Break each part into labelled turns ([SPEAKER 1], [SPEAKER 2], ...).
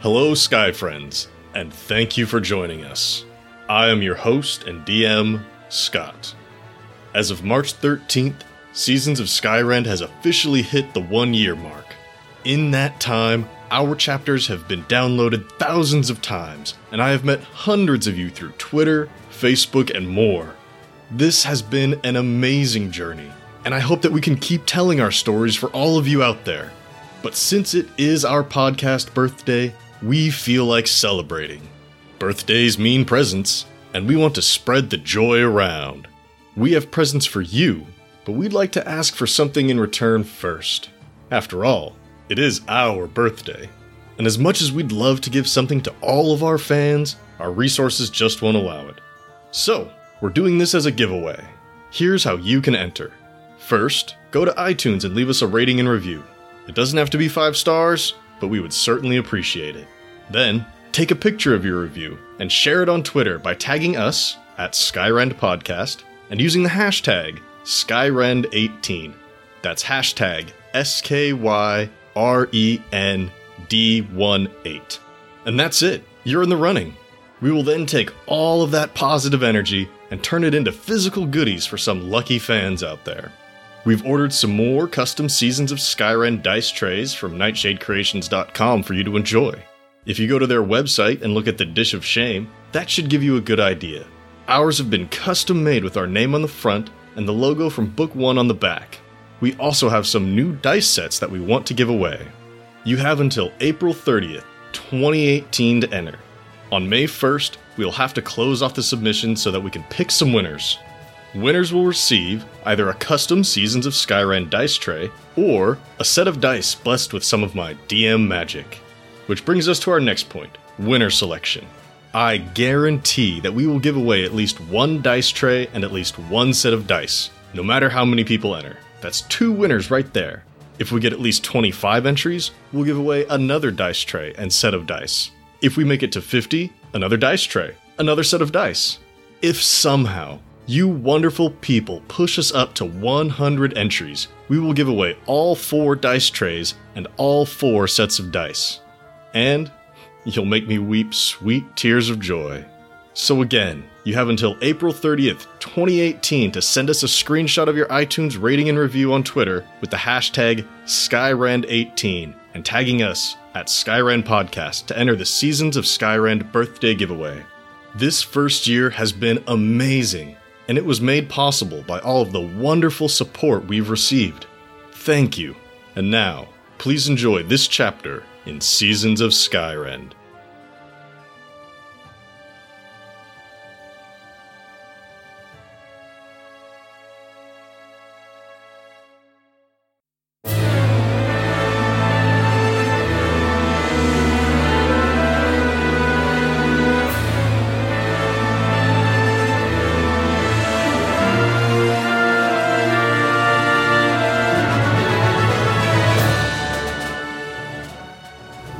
[SPEAKER 1] Hello, Sky Friends, and thank you for joining us. I am your host and DM, Scott. As of March 13th, Seasons of Skyrend has officially hit the one year mark. In that time, our chapters have been downloaded thousands of times, and I have met hundreds of you through Twitter, Facebook, and more. This has been an amazing journey, and I hope that we can keep telling our stories for all of you out there. But since it is our podcast birthday, we feel like celebrating. Birthdays mean presents, and we want to spread the joy around. We have presents for you, but we'd like to ask for something in return first. After all, it is our birthday. And as much as we'd love to give something to all of our fans, our resources just won't allow it. So, we're doing this as a giveaway. Here's how you can enter. First, go to iTunes and leave us a rating and review. It doesn't have to be five stars, but we would certainly appreciate it. Then, take a picture of your review and share it on Twitter by tagging us at Skyrend Podcast and using the hashtag Skyrend18. That's hashtag S K Y R E N D 1 8. And that's it. You're in the running. We will then take all of that positive energy and turn it into physical goodies for some lucky fans out there. We've ordered some more custom Seasons of Skyren dice trays from nightshadecreations.com for you to enjoy. If you go to their website and look at the Dish of Shame, that should give you a good idea. Ours have been custom made with our name on the front and the logo from Book 1 on the back. We also have some new dice sets that we want to give away. You have until April 30th, 2018 to enter. On May 1st, we'll have to close off the submission so that we can pick some winners. Winners will receive either a custom Seasons of Skyrim dice tray or a set of dice blessed with some of my DM magic. Which brings us to our next point winner selection. I guarantee that we will give away at least one dice tray and at least one set of dice, no matter how many people enter. That's two winners right there. If we get at least 25 entries, we'll give away another dice tray and set of dice. If we make it to 50, another dice tray, another set of dice. If somehow you wonderful people push us up to 100 entries, we will give away all four dice trays and all four sets of dice. And you'll make me weep sweet tears of joy. So, again, you have until April 30th, 2018 to send us a screenshot of your iTunes rating and review on Twitter with the hashtag Skyrand18 and tagging us at Skyrand Podcast to enter the Seasons of Skyrand birthday giveaway. This first year has been amazing, and it was made possible by all of the wonderful support we've received. Thank you. And now, please enjoy this chapter in Seasons of Skyrend.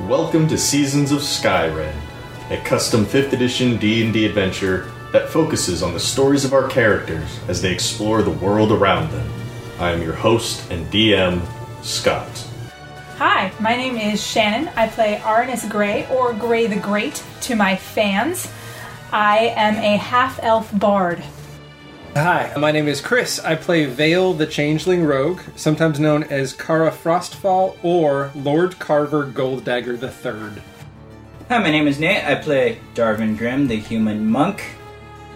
[SPEAKER 1] Welcome to Seasons of Skyrend, a custom 5th edition D&D adventure that focuses on the stories of our characters as they explore the world around them. I am your host and DM, Scott.
[SPEAKER 2] Hi, my name is Shannon. I play Arnis Grey, or Grey the Great, to my fans. I am a half elf bard.
[SPEAKER 3] Hi, my name is Chris. I play Vale the Changeling Rogue, sometimes known as Kara Frostfall or Lord Carver Golddagger III.
[SPEAKER 4] Hi, my name is Nate. I play Darvin Grimm, the human monk.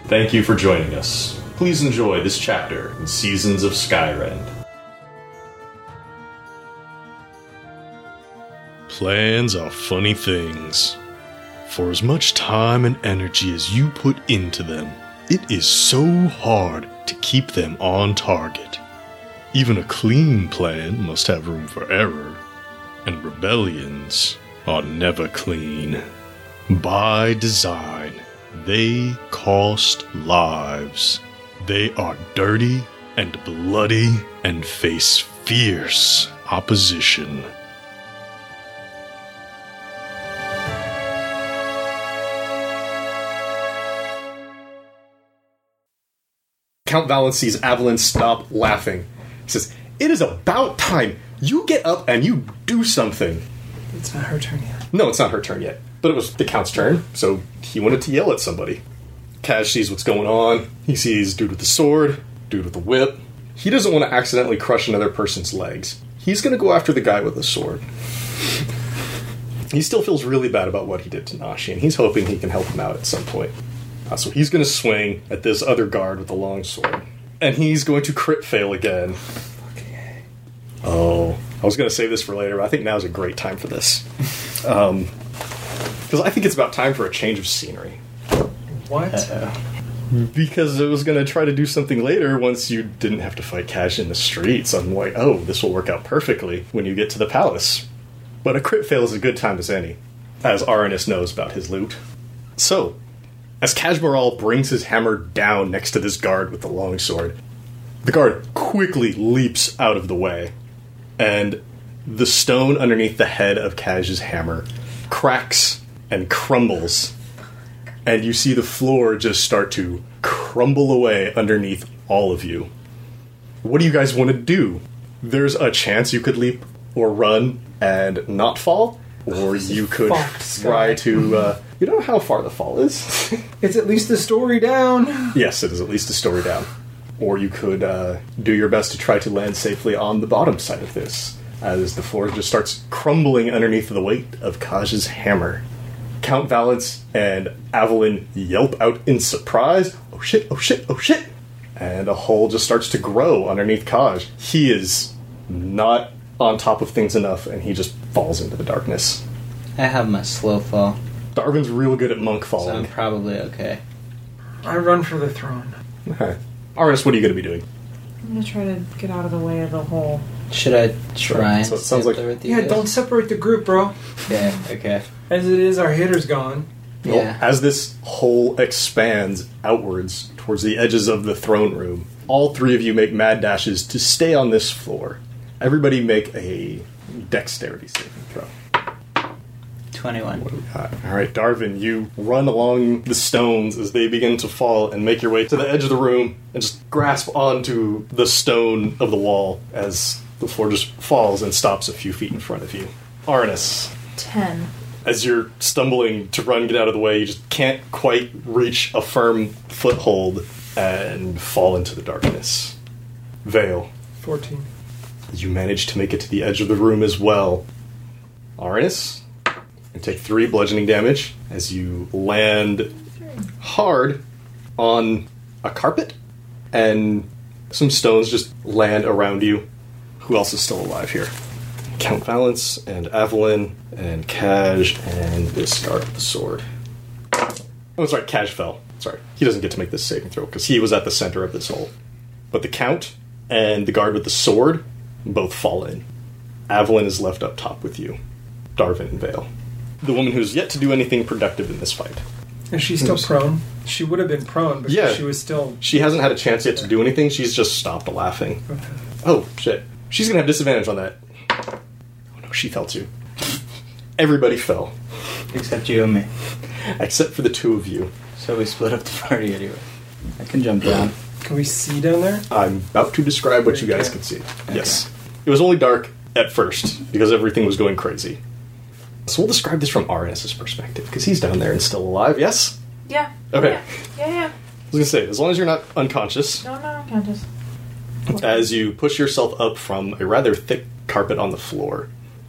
[SPEAKER 1] Thank you for joining us. Please enjoy this chapter in Seasons of Skyrend. Plans are funny things. For as much time and energy as you put into them, it is so hard to keep them on target. Even a clean plan must have room for error, and rebellions are never clean. By design, they cost lives. They are dirty and bloody and face fierce opposition.
[SPEAKER 5] Count Valen sees Avalon stop laughing. He says, It is about time. You get up and you do something.
[SPEAKER 6] It's not her turn yet.
[SPEAKER 1] No, it's not her turn yet. But it was the Count's turn, so he wanted to yell at somebody. Cash sees what's going on. He sees dude with the sword, dude with the whip. He doesn't want to accidentally crush another person's legs. He's going to go after the guy with the sword. he still feels really bad about what he did to Nashi, and he's hoping he can help him out at some point. Uh, so he's going to swing at this other guard with the long sword. And he's going to crit fail again. Oh, I was going to save this for later, but I think now's a great time for this. Because I think it's about time for a change of scenery.
[SPEAKER 7] What?
[SPEAKER 1] Because it was going to try to do something later once you didn't have to fight Cash in the streets. I'm like, oh, this will work out perfectly when you get to the palace. But a crit fail is a good time as any, as Aranus knows about his loot. So, as Kashmaral brings his hammer down next to this guard with the longsword, the guard quickly leaps out of the way, and the stone underneath the head of Kash's hammer cracks and crumbles and you see the floor just start to crumble away underneath all of you. What do you guys want to do? There's a chance you could leap or run and not fall, or you could
[SPEAKER 7] fucked,
[SPEAKER 1] try to. Uh, you don't know how far the fall is.
[SPEAKER 7] It's at least the story down.
[SPEAKER 1] yes, it is at least a story down. Or you could uh, do your best to try to land safely on the bottom side of this, as the floor just starts crumbling underneath the weight of Kaj's hammer. Count Valance and Avalyn yelp out in surprise. Oh shit, oh shit, oh shit! And a hole just starts to grow underneath Kaj. He is not on top of things enough, and he just falls into the darkness.
[SPEAKER 4] I have my slow fall,
[SPEAKER 1] Darwin's real good at monk
[SPEAKER 4] so I'm
[SPEAKER 1] falling.
[SPEAKER 4] probably okay.
[SPEAKER 7] I run for the throne.
[SPEAKER 1] Aris, what are you going to be doing?
[SPEAKER 8] I'm gonna try to get out of the way of the hole.
[SPEAKER 4] Should I try?
[SPEAKER 1] So it sounds
[SPEAKER 4] and stay up
[SPEAKER 1] like-
[SPEAKER 4] there with you
[SPEAKER 7] Yeah,
[SPEAKER 4] guys?
[SPEAKER 7] don't separate the group, bro.
[SPEAKER 4] Yeah. Okay.
[SPEAKER 7] As it is, our hitter's gone.
[SPEAKER 1] Well,
[SPEAKER 4] Yeah.
[SPEAKER 1] as this hole expands outwards towards the edges of the throne room, all three of you make mad dashes to stay on this floor. Everybody make a dexterity saving throw.
[SPEAKER 4] Twenty-one.
[SPEAKER 1] Uh, all right, Darvin, you run along the stones as they begin to fall and make your way to the edge of the room and just grasp onto the stone of the wall as the floor just falls and stops a few feet in front of you. Arnis,
[SPEAKER 8] Ten.
[SPEAKER 1] as you're stumbling to run, get out of the way, you just can't quite reach a firm foothold and fall into the darkness. Vale,
[SPEAKER 7] 14.
[SPEAKER 1] you manage to make it to the edge of the room as well. Aranus, and take three bludgeoning damage as you land hard on a carpet and some stones just land around you. Who else is still alive here? Count Valence and Avalyn and Kaj and this guard with the sword. Oh, sorry, Kaj fell. Sorry. He doesn't get to make this saving throw because he was at the center of this hole. But the Count and the guard with the sword both fall in. Avalyn is left up top with you. Darvin and Vale. The woman who's yet to do anything productive in this fight.
[SPEAKER 7] Is she still prone? She would have been prone, but
[SPEAKER 1] Yeah.
[SPEAKER 7] she was still.
[SPEAKER 1] She hasn't had a chance yet to do anything. She's just stopped laughing. Oh, shit. She's going to have disadvantage on that. Oh, no, she fell too. Everybody fell,
[SPEAKER 4] Except you and me.
[SPEAKER 1] except for the two of you.
[SPEAKER 4] So we split up the party anyway. I can jump down.
[SPEAKER 7] Can we see down there?
[SPEAKER 1] I'm about to describe what you guys
[SPEAKER 7] Okay.
[SPEAKER 1] can see. Yes. It was only dark at first because everything was going crazy. So we'll describe this from Arnis's perspective because he's down there and still alive, yes?
[SPEAKER 8] Yeah.
[SPEAKER 1] Okay.
[SPEAKER 8] Yeah. Yeah. yeah.
[SPEAKER 1] I was going to say, as long as you're not unconscious,
[SPEAKER 8] No, Oh, no, no, Countess.
[SPEAKER 1] as you push yourself up from a rather thick carpet on the floor.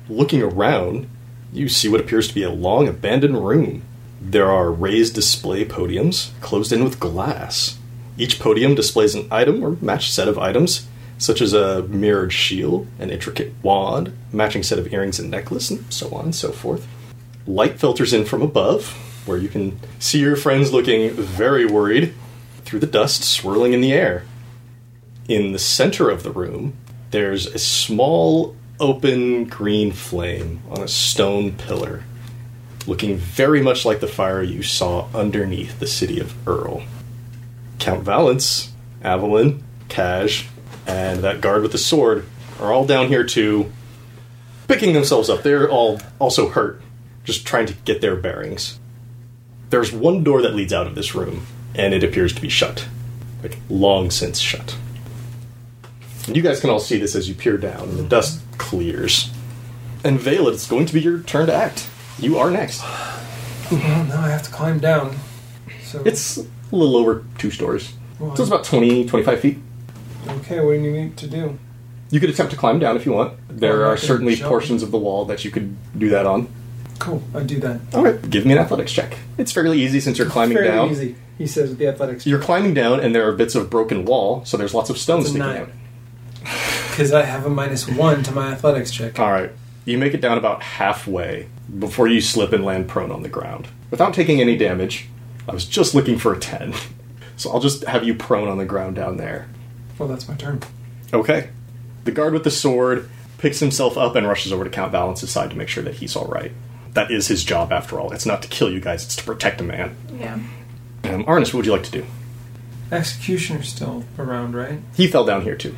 [SPEAKER 1] Looking around, you see what appears to be a long abandoned room. There are raised display podiums closed in with glass. Each podium displays an item or matched set of items, such as a mirrored shield, an intricate wand, matching set of earrings and necklace, and so on and so forth. Light filters in from above, where you can see your friends looking very worried through the dust swirling in the air in the center of the room, there's a small open green flame on a stone pillar, looking very much like the fire you saw underneath the city of Earl. Count Valence, Avalyn, Kaj, and that guard with the sword are all down here too, picking themselves up. They're all also hurt, just trying to get their bearings. There's one door that leads out of this room, and it appears to be shut. Like, long since shut. And you guys can all see this as you peer down, and the dust clears. And Vale, it's going to be your turn to act. You are next.
[SPEAKER 7] Well, now Oh, I have to climb down. So
[SPEAKER 1] It's a little over two stories.
[SPEAKER 7] Well,
[SPEAKER 1] So it's about 20, 25 feet.
[SPEAKER 7] okay. What do you need to do?
[SPEAKER 1] You could attempt to climb down if you want. There
[SPEAKER 7] Well, I
[SPEAKER 1] are
[SPEAKER 7] can
[SPEAKER 1] certainly
[SPEAKER 7] jump.
[SPEAKER 1] portions of the wall that you could do that on.
[SPEAKER 7] Cool. I do that.
[SPEAKER 1] Okay, give me an athletics check. It's fairly easy since you're climbing
[SPEAKER 7] Fairly
[SPEAKER 1] down.
[SPEAKER 7] easy. He says with the athletics.
[SPEAKER 1] You're climbing down, and there are bits of broken wall, so there's lots of stones
[SPEAKER 7] It's a
[SPEAKER 1] sticking
[SPEAKER 7] nine.
[SPEAKER 1] out.
[SPEAKER 7] Because I have a minus one to my athletics check.
[SPEAKER 1] All right, you make it down about halfway before you slip and land prone on the ground without taking any damage. I was just looking for a ten, so I'll just have you prone on the ground down there.
[SPEAKER 7] Well, that's my turn.
[SPEAKER 1] Okay. The guard with the sword picks himself up and rushes over to Count Valence's side to make sure that he's all right. That is his job, after all. It's not to kill you guys; it's to protect a man.
[SPEAKER 8] Yeah.
[SPEAKER 1] Um, Arnis, what would you like to do?
[SPEAKER 7] Executioner's still around, right?
[SPEAKER 1] He fell down here too.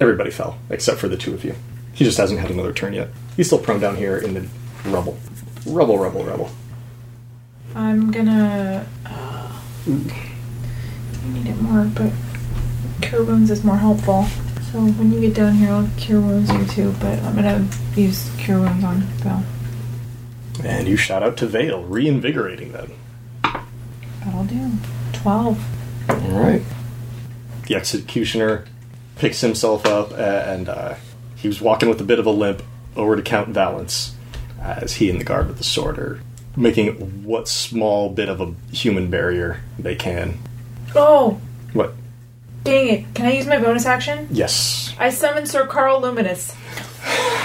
[SPEAKER 1] Everybody fell, except for the two of you. He just hasn't had another turn yet. He's still prone down here in the rubble. Rubble, rubble, rubble.
[SPEAKER 8] I'm gonna. Uh, I need it more, but cure wounds is more helpful. So when you get down here, I'll cure wounds you too. But I'm gonna use cure wounds on Val.
[SPEAKER 1] And you shout out to Vale, reinvigorating them.
[SPEAKER 8] That'll do. Twelve.
[SPEAKER 1] Alright. The executioner picks himself up uh, and uh, he was walking with a bit of a limp over to Count Valence as he and the guard with the sword are making what small bit of a human barrier they can.
[SPEAKER 8] Oh,
[SPEAKER 1] What?
[SPEAKER 8] dang it! Can I use my bonus action?
[SPEAKER 1] Yes.
[SPEAKER 8] I summon Sir Carl Luminous.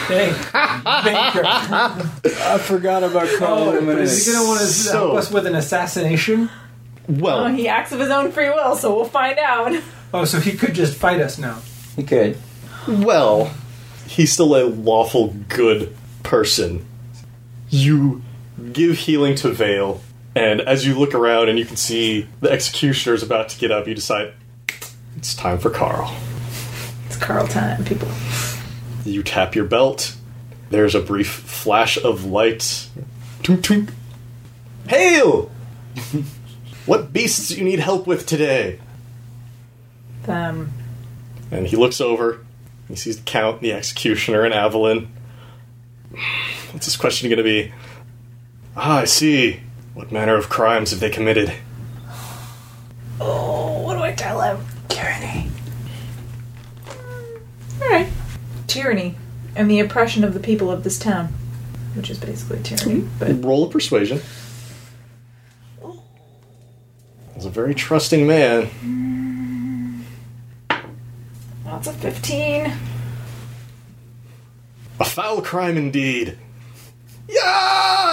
[SPEAKER 7] Hey, Baker.
[SPEAKER 9] I forgot about Carl
[SPEAKER 7] Oh, but is
[SPEAKER 9] Luminous.
[SPEAKER 7] he going to want to help
[SPEAKER 1] So-
[SPEAKER 7] us with an assassination?
[SPEAKER 1] Well,
[SPEAKER 8] Oh, he acts of his own free will, so we'll find out.
[SPEAKER 7] Oh, so he could just fight us now.
[SPEAKER 9] He could.
[SPEAKER 1] Well, he's still a lawful good person. You give healing to Vale, and as you look around and you can see the executioner's about to get up, you decide it's time for Carl.
[SPEAKER 8] It's Carl time, people.
[SPEAKER 1] You tap your belt. There's a brief flash of light. Twink, twink. Hail! what beasts do you need help with today?
[SPEAKER 8] Um,
[SPEAKER 1] And he looks over. He sees the Count, the Executioner, and Avalon. What's his question going to be? Ah, I see. What manner of crimes have they committed?
[SPEAKER 8] oh, what do I tell him? Tyranny. Alright. Tyranny. And the oppression of the people of this town. Which is basically tyranny. But
[SPEAKER 1] Roll of persuasion. He's a very trusting man.
[SPEAKER 8] that's a 15.
[SPEAKER 1] A foul crime indeed. Yeah!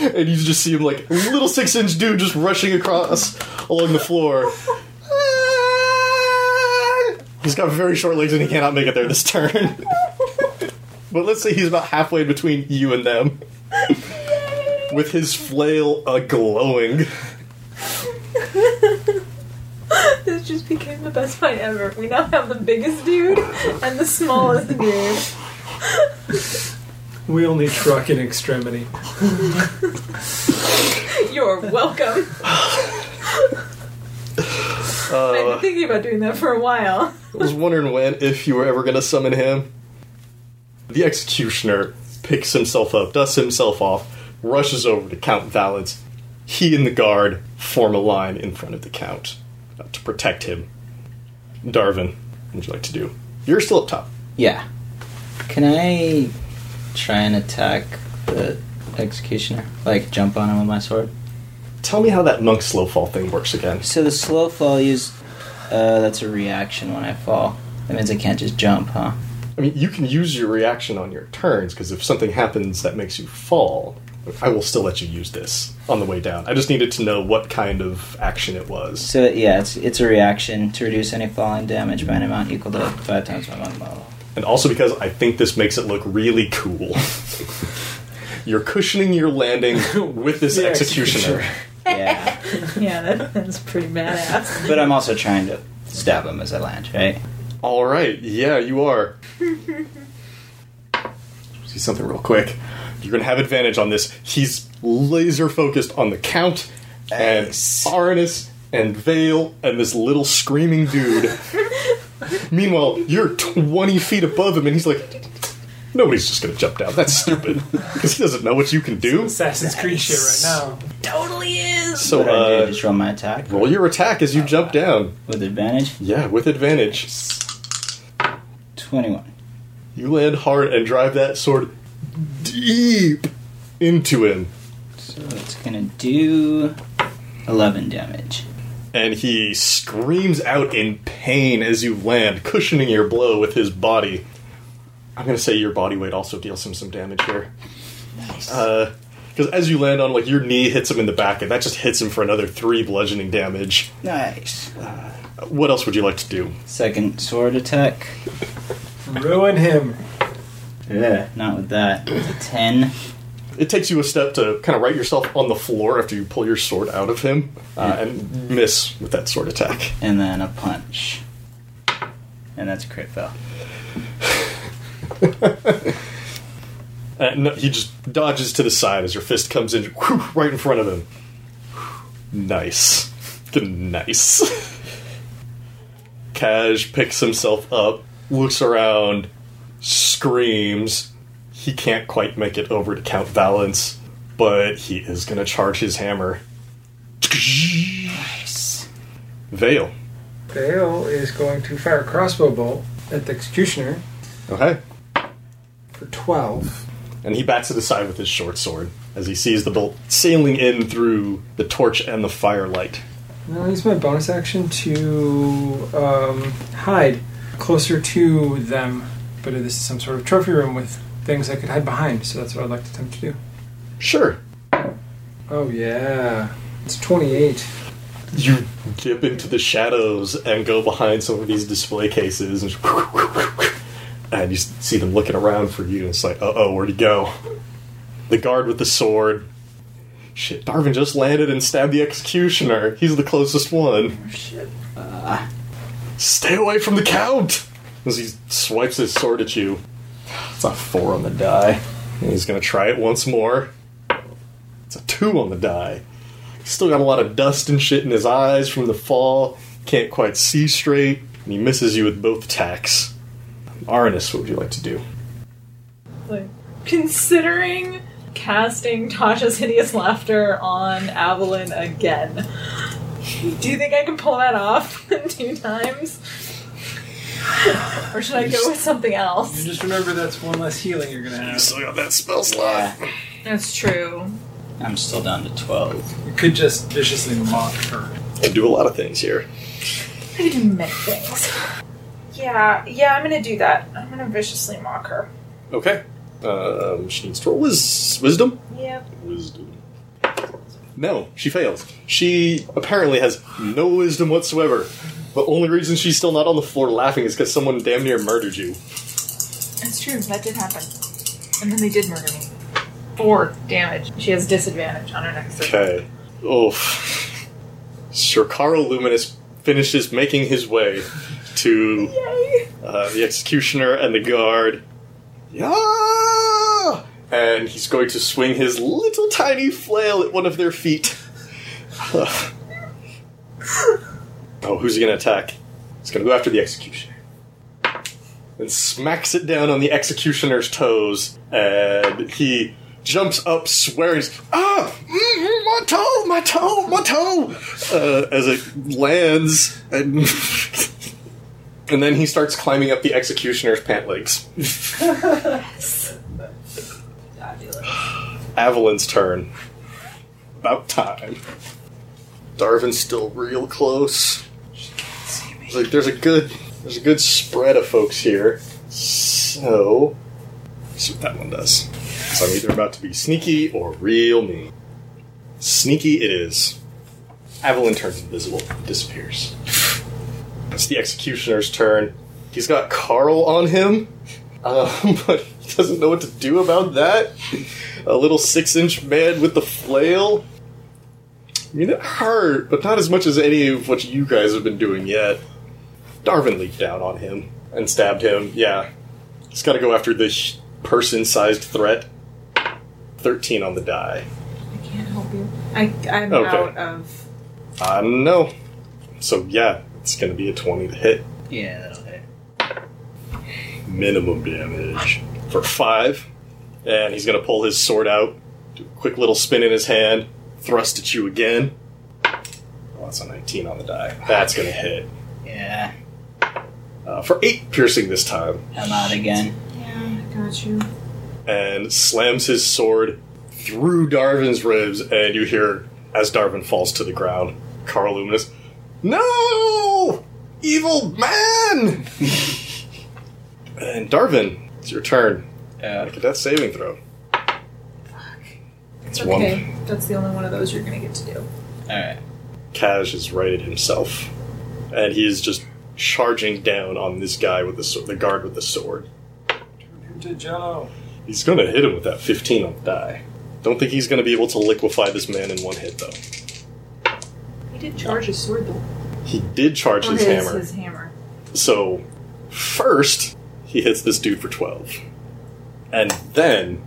[SPEAKER 1] And you just see him like a little six inch dude just rushing across along the floor. He's got very short legs and he cannot make it there this turn. but let's say he's about halfway between you and them. With his flail a glowing.
[SPEAKER 8] This just became the best fight ever. We now have the biggest dude and the smallest dude.
[SPEAKER 7] We only truck in extremity.
[SPEAKER 8] You're welcome. I've been thinking about doing that for a while.
[SPEAKER 1] I was wondering when, if you were ever going to summon him. The executioner picks himself up, dusts himself off, rushes over to Count Valens. He and the guard form a line in front of the Count uh, to protect him. Darvin, what would you like to do? You're still up top.
[SPEAKER 9] Yeah. Can I try and attack the executioner? Like jump on him with my sword?
[SPEAKER 1] Tell me how that monk slow fall thing works again.
[SPEAKER 9] So the slow fall use uh, that's a reaction when I fall. That means I can't just jump, huh?
[SPEAKER 1] I mean, you can use your reaction on your turns because if something happens that makes you fall, I will still let you use this on the way down. I just needed to know what kind of action it was.
[SPEAKER 9] So yeah, it's it's a reaction to reduce any falling damage by an amount equal to five times my monk level.
[SPEAKER 1] and also because I think this makes it look really cool. You're cushioning your landing with this
[SPEAKER 7] The
[SPEAKER 1] executioner.
[SPEAKER 7] executioner.
[SPEAKER 9] Yeah.
[SPEAKER 8] Yeah, that, that's pretty badass.
[SPEAKER 9] but I'm also trying to stab him as I land, right?
[SPEAKER 1] All right, yeah, you are. See something real quick. You're gonna have advantage on this. He's laser focused on the count and
[SPEAKER 9] Nice.
[SPEAKER 1] Arnis and Vale and this little screaming dude. Meanwhile, you're 20 feet above him, and he's like, Nobody's just gonna jump down. That's stupid. Because he doesn't know what you can do.
[SPEAKER 3] Assassin's Creed shit right now.
[SPEAKER 8] Totally is.
[SPEAKER 1] So
[SPEAKER 9] what do I do?
[SPEAKER 1] uh,
[SPEAKER 9] Just roll my attack
[SPEAKER 1] roll your attack as you jump down.
[SPEAKER 9] with advantage.
[SPEAKER 1] Yeah, with advantage.
[SPEAKER 9] Twenty-one.
[SPEAKER 1] You land hard and drive that sword deep into him,
[SPEAKER 9] So it's gonna do eleven damage.
[SPEAKER 1] and he screams out in pain as you land, cushioning your blow with his body. I'm gonna say your body weight also deals him some damage here. Nice. Because as you land on, like your knee hits him in the back, and that just hits him for another three bludgeoning damage.
[SPEAKER 9] Nice.
[SPEAKER 1] What else would you like to do?
[SPEAKER 9] Second sword attack.
[SPEAKER 3] Ruin him.
[SPEAKER 9] Yeah. Not with that. It's a ten.
[SPEAKER 1] It takes you a step to kind of right yourself on the floor after you pull your sword out of him uh, and miss with that sword attack.
[SPEAKER 9] and then a punch. And that's a crit fail.
[SPEAKER 1] Uh, no, he just dodges to the side as your fist comes in whew, right in front of him. Nice. Nice. Cash picks himself up, looks around, screams. He can't quite make it over to Count Valence, but he is going to charge his hammer. Veil.
[SPEAKER 3] Bale is going to fire a crossbow bolt at the executioner
[SPEAKER 1] Okay.
[SPEAKER 3] for 12.
[SPEAKER 1] and he bats it aside with his short sword as he sees the bolt sailing in through the torch and the firelight.
[SPEAKER 3] And I'll use my bonus action to um, hide closer to them. But this is some sort of trophy room with things I could hide behind, so that's what I'd like to attempt to do.
[SPEAKER 1] Sure,
[SPEAKER 3] Oh, yeah. It's 28.
[SPEAKER 1] you dip into the shadows and go behind some of these display cases, and, and you see them looking around for you. And it's like, uh oh, where'd he go? The guard with the sword. Shit, Darwin just landed and stabbed the executioner. He's the closest one.
[SPEAKER 9] Shit.
[SPEAKER 1] Uh. Stay away from the count! As he swipes his sword at you. It's a four on the die. And he's gonna try it once more. It's a two on the die. He's still got a lot of dust and shit in his eyes from the fall. Can't quite see straight. And he misses you with both attacks. Aranus, what would you like to do?
[SPEAKER 8] Like, considering casting Tasha's hideous laughter on Avalon again. Do you think I can pull that off two times? or should I go with something else?
[SPEAKER 3] Just remember that's one less healing you're going to have.
[SPEAKER 1] Still got that spell
[SPEAKER 9] Yeah.
[SPEAKER 8] That's true.
[SPEAKER 9] I'm still down to 12.
[SPEAKER 3] You could just viciously mock her.
[SPEAKER 1] Can do a lot of things here.
[SPEAKER 8] I could do many things. Yeah, yeah, I'm gonna do that. I'm gonna viciously mock her.
[SPEAKER 1] Okay. Um, she needs to roll wis- wisdom.
[SPEAKER 8] Yep.
[SPEAKER 1] Wisdom. No, she fails. She apparently has no wisdom whatsoever. The only reason she's still not on the floor laughing is because someone damn near murdered you.
[SPEAKER 8] That's true. That did happen. And then they did murder me. Four damage. She has disadvantage on her next attack.
[SPEAKER 1] Okay. Oof. Sir Carl Luminous finishes making his way to
[SPEAKER 8] Yay!
[SPEAKER 1] uh, the executioner and the guard. Yeah! And he's going to swing his little tiny flail at one of their feet. oh, who's he going to attack? He's going to go after the executioner. And smacks it down on the executioner's toes, and he jumps up, swearing, "Ah, mm, mm, my toe, my toe, my toe!" Uh, as it lands and And then he starts climbing up the executioner's pant legs. Avalon's turn. About time. Darvin's still real close. It's Like there's a good there's a good spread of folks here. So that's what that one does. So I'm either about to be sneaky or real mean. Sneaky it is. Avalon turns invisible, disappears. It's the executioner's turn. He's got Carl on him, um, but he doesn't know what to do about that. A little six inch man with the flail. I mean, it hurt, but not as much as any of what you guys have been doing yet. Darwin leaped out on him and stabbed him. Yeah. He's got to go after this person sized threat. 13 on the die.
[SPEAKER 8] I can't help you. I, I'm
[SPEAKER 1] Okay.
[SPEAKER 8] out of.
[SPEAKER 1] I don't know. So, yeah, it's going to be a 20 to hit.
[SPEAKER 9] Yeah, that'll hit.
[SPEAKER 1] minimum damage for five. And he's going to pull his sword out, do a quick little spin in his hand, thrust at you again. Oh, that's a 19 on the die. That's going to hit.
[SPEAKER 9] Yeah,
[SPEAKER 1] Uh, for eight piercing this time.
[SPEAKER 9] I'm out again.
[SPEAKER 8] Yeah, I got you.
[SPEAKER 1] and slams his sword through Darwin's ribs, and you hear as Darwin falls to the ground, Carl Luminous, No! Evil man! and Darwin, it's your turn.
[SPEAKER 9] Uh,
[SPEAKER 1] Make a death saving throw.
[SPEAKER 8] It's
[SPEAKER 1] one.
[SPEAKER 8] okay. That's the only one of those you're gonna get to do.
[SPEAKER 9] all right.
[SPEAKER 1] Cash is right at himself, and he is just charging down on this guy with the sword, the guard with the sword.
[SPEAKER 3] To Jello.
[SPEAKER 1] He's gonna hit him with that 15 on the die. Don't think he's gonna be able to liquefy this man in one hit, though.
[SPEAKER 8] He did charge his sword though.
[SPEAKER 1] He did charge
[SPEAKER 8] Or
[SPEAKER 1] his hammer.
[SPEAKER 8] Oh, His hammer.
[SPEAKER 1] So, first, he hits this dude for 12. And then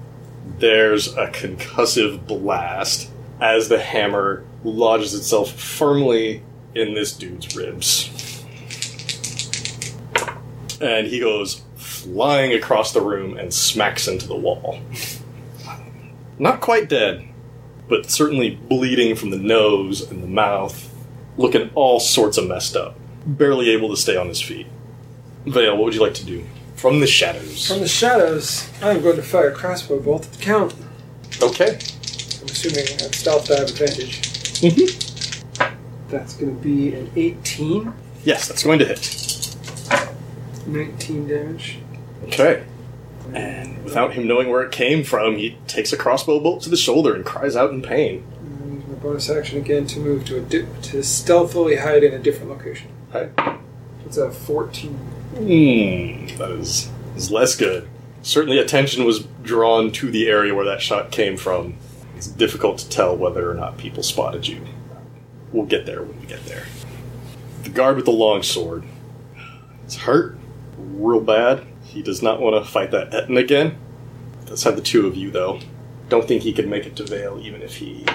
[SPEAKER 1] there's a concussive blast as the hammer lodges itself firmly in this dude's ribs. And he goes flying across the room and smacks into the wall. Not quite dead, but certainly bleeding from the nose and the mouth, looking all sorts of messed up barely able to stay on his feet. Vale, what would you like to do? From the shadows.
[SPEAKER 3] From the shadows, I'm going to fire a crossbow bolt at the count.
[SPEAKER 1] okay.
[SPEAKER 3] I'm assuming I have stealth dive advantage. That's going to be an 18,
[SPEAKER 1] Yes, that's going to hit.
[SPEAKER 3] 19 damage.
[SPEAKER 1] Okay. And without him knowing where it came from, he takes a crossbow bolt to the shoulder and cries out in pain.
[SPEAKER 3] And I use my bonus action again to move to a di- to stealthily hide in a different location.
[SPEAKER 1] Okay.
[SPEAKER 3] It's a 14.
[SPEAKER 1] Hmm, that is, is less good. Certainly, attention was drawn to the area where that shot came from. It's difficult to tell whether or not people spotted you. We'll get there when we get there. The guard with the long sword. It's hurt real bad. He does not want to fight that Etten again. Does have the two of you, though. Don't think he could make it to Vale even if he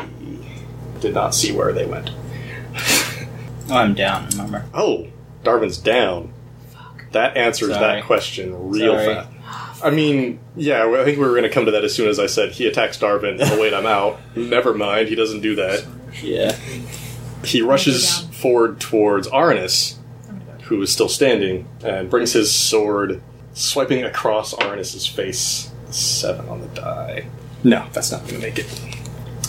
[SPEAKER 1] did not see where they went.
[SPEAKER 9] Oh, I'm down. Remember?
[SPEAKER 1] Oh, Darwin's down. That answers
[SPEAKER 9] Sorry.
[SPEAKER 1] that question real
[SPEAKER 9] Sorry.
[SPEAKER 1] fast. I mean, yeah, well, I think we were going to come to that as soon as I said he attacks Darwin. oh, wait, I'm out. Never mind, he doesn't do that.
[SPEAKER 9] Yeah.
[SPEAKER 1] He rushes
[SPEAKER 8] down.
[SPEAKER 1] forward towards Arnis, who is still standing, and brings his sword, swiping across Arnis's face. Seven on the die. No, that's not going to make it.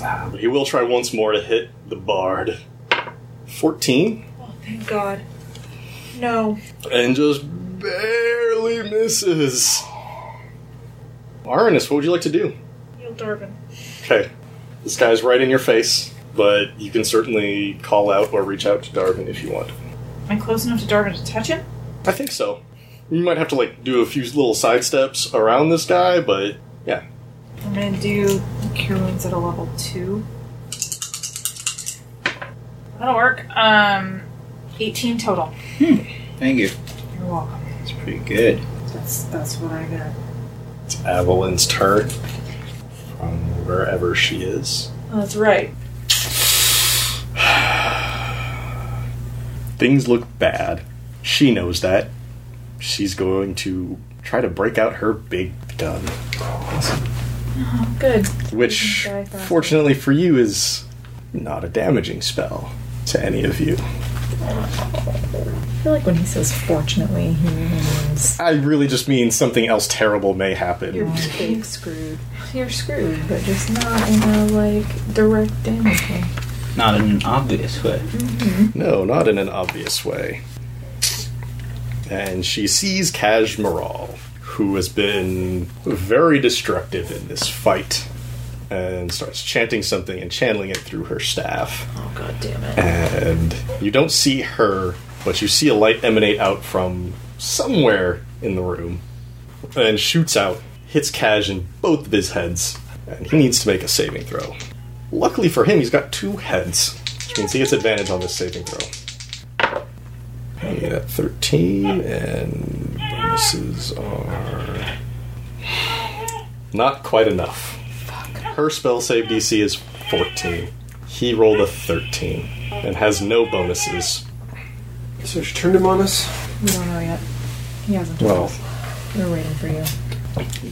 [SPEAKER 1] Ah, But he will try once more to hit the bard. 14?
[SPEAKER 8] Oh, thank God. No.
[SPEAKER 1] and just barely misses. Aranus, what would you like to do?
[SPEAKER 8] Neil Darvin.
[SPEAKER 1] Okay, this guy's right in your face, but you can certainly call out or reach out to Darvin if you want.
[SPEAKER 8] Am I close enough to Darvin to touch him?
[SPEAKER 1] I think so. You might have to like do a few little side steps around this guy, but yeah,
[SPEAKER 8] I'm gonna do Cure Wounds at a level two. That'll work. Um, 18 total.
[SPEAKER 9] Thank you.
[SPEAKER 8] You're welcome.
[SPEAKER 9] It's pretty good.
[SPEAKER 8] That's that's what I got.
[SPEAKER 1] it's Evelyn's turn from wherever she is.
[SPEAKER 8] Oh, that's right.
[SPEAKER 1] Things look bad. She knows that. She's going to try to break out her big gun.
[SPEAKER 8] Oh, good.
[SPEAKER 1] which
[SPEAKER 8] Die faster.
[SPEAKER 1] fortunately for you is not a damaging spell to any of you.
[SPEAKER 8] I feel like when he says fortunately, he means
[SPEAKER 1] I really just mean something else terrible may
[SPEAKER 8] you're,
[SPEAKER 1] happen.
[SPEAKER 8] you're screwed. You're screwed, but just not in a like direct damage way.
[SPEAKER 9] Not in an obvious way.
[SPEAKER 1] No, not in an obvious way. And she sees Kajmaral, who has been very destructive in this fight, and starts chanting something and channeling it through her staff.
[SPEAKER 8] Oh god damn it!
[SPEAKER 1] and you don't see her, but you see a light emanate out from somewhere in the room and shoots out, hits Cash in both of his heads, and he needs to make a saving throw. Luckily for him, he's got two heads, which means he gets advantage on this saving throw. And he got 13, and bonuses are not quite enough. Her spell save DC is 14. He rolled a 13 and has no bonuses.
[SPEAKER 3] So she turned him on us.
[SPEAKER 8] We don't know yet. He hasn't.
[SPEAKER 1] Well,
[SPEAKER 8] We're waiting for you.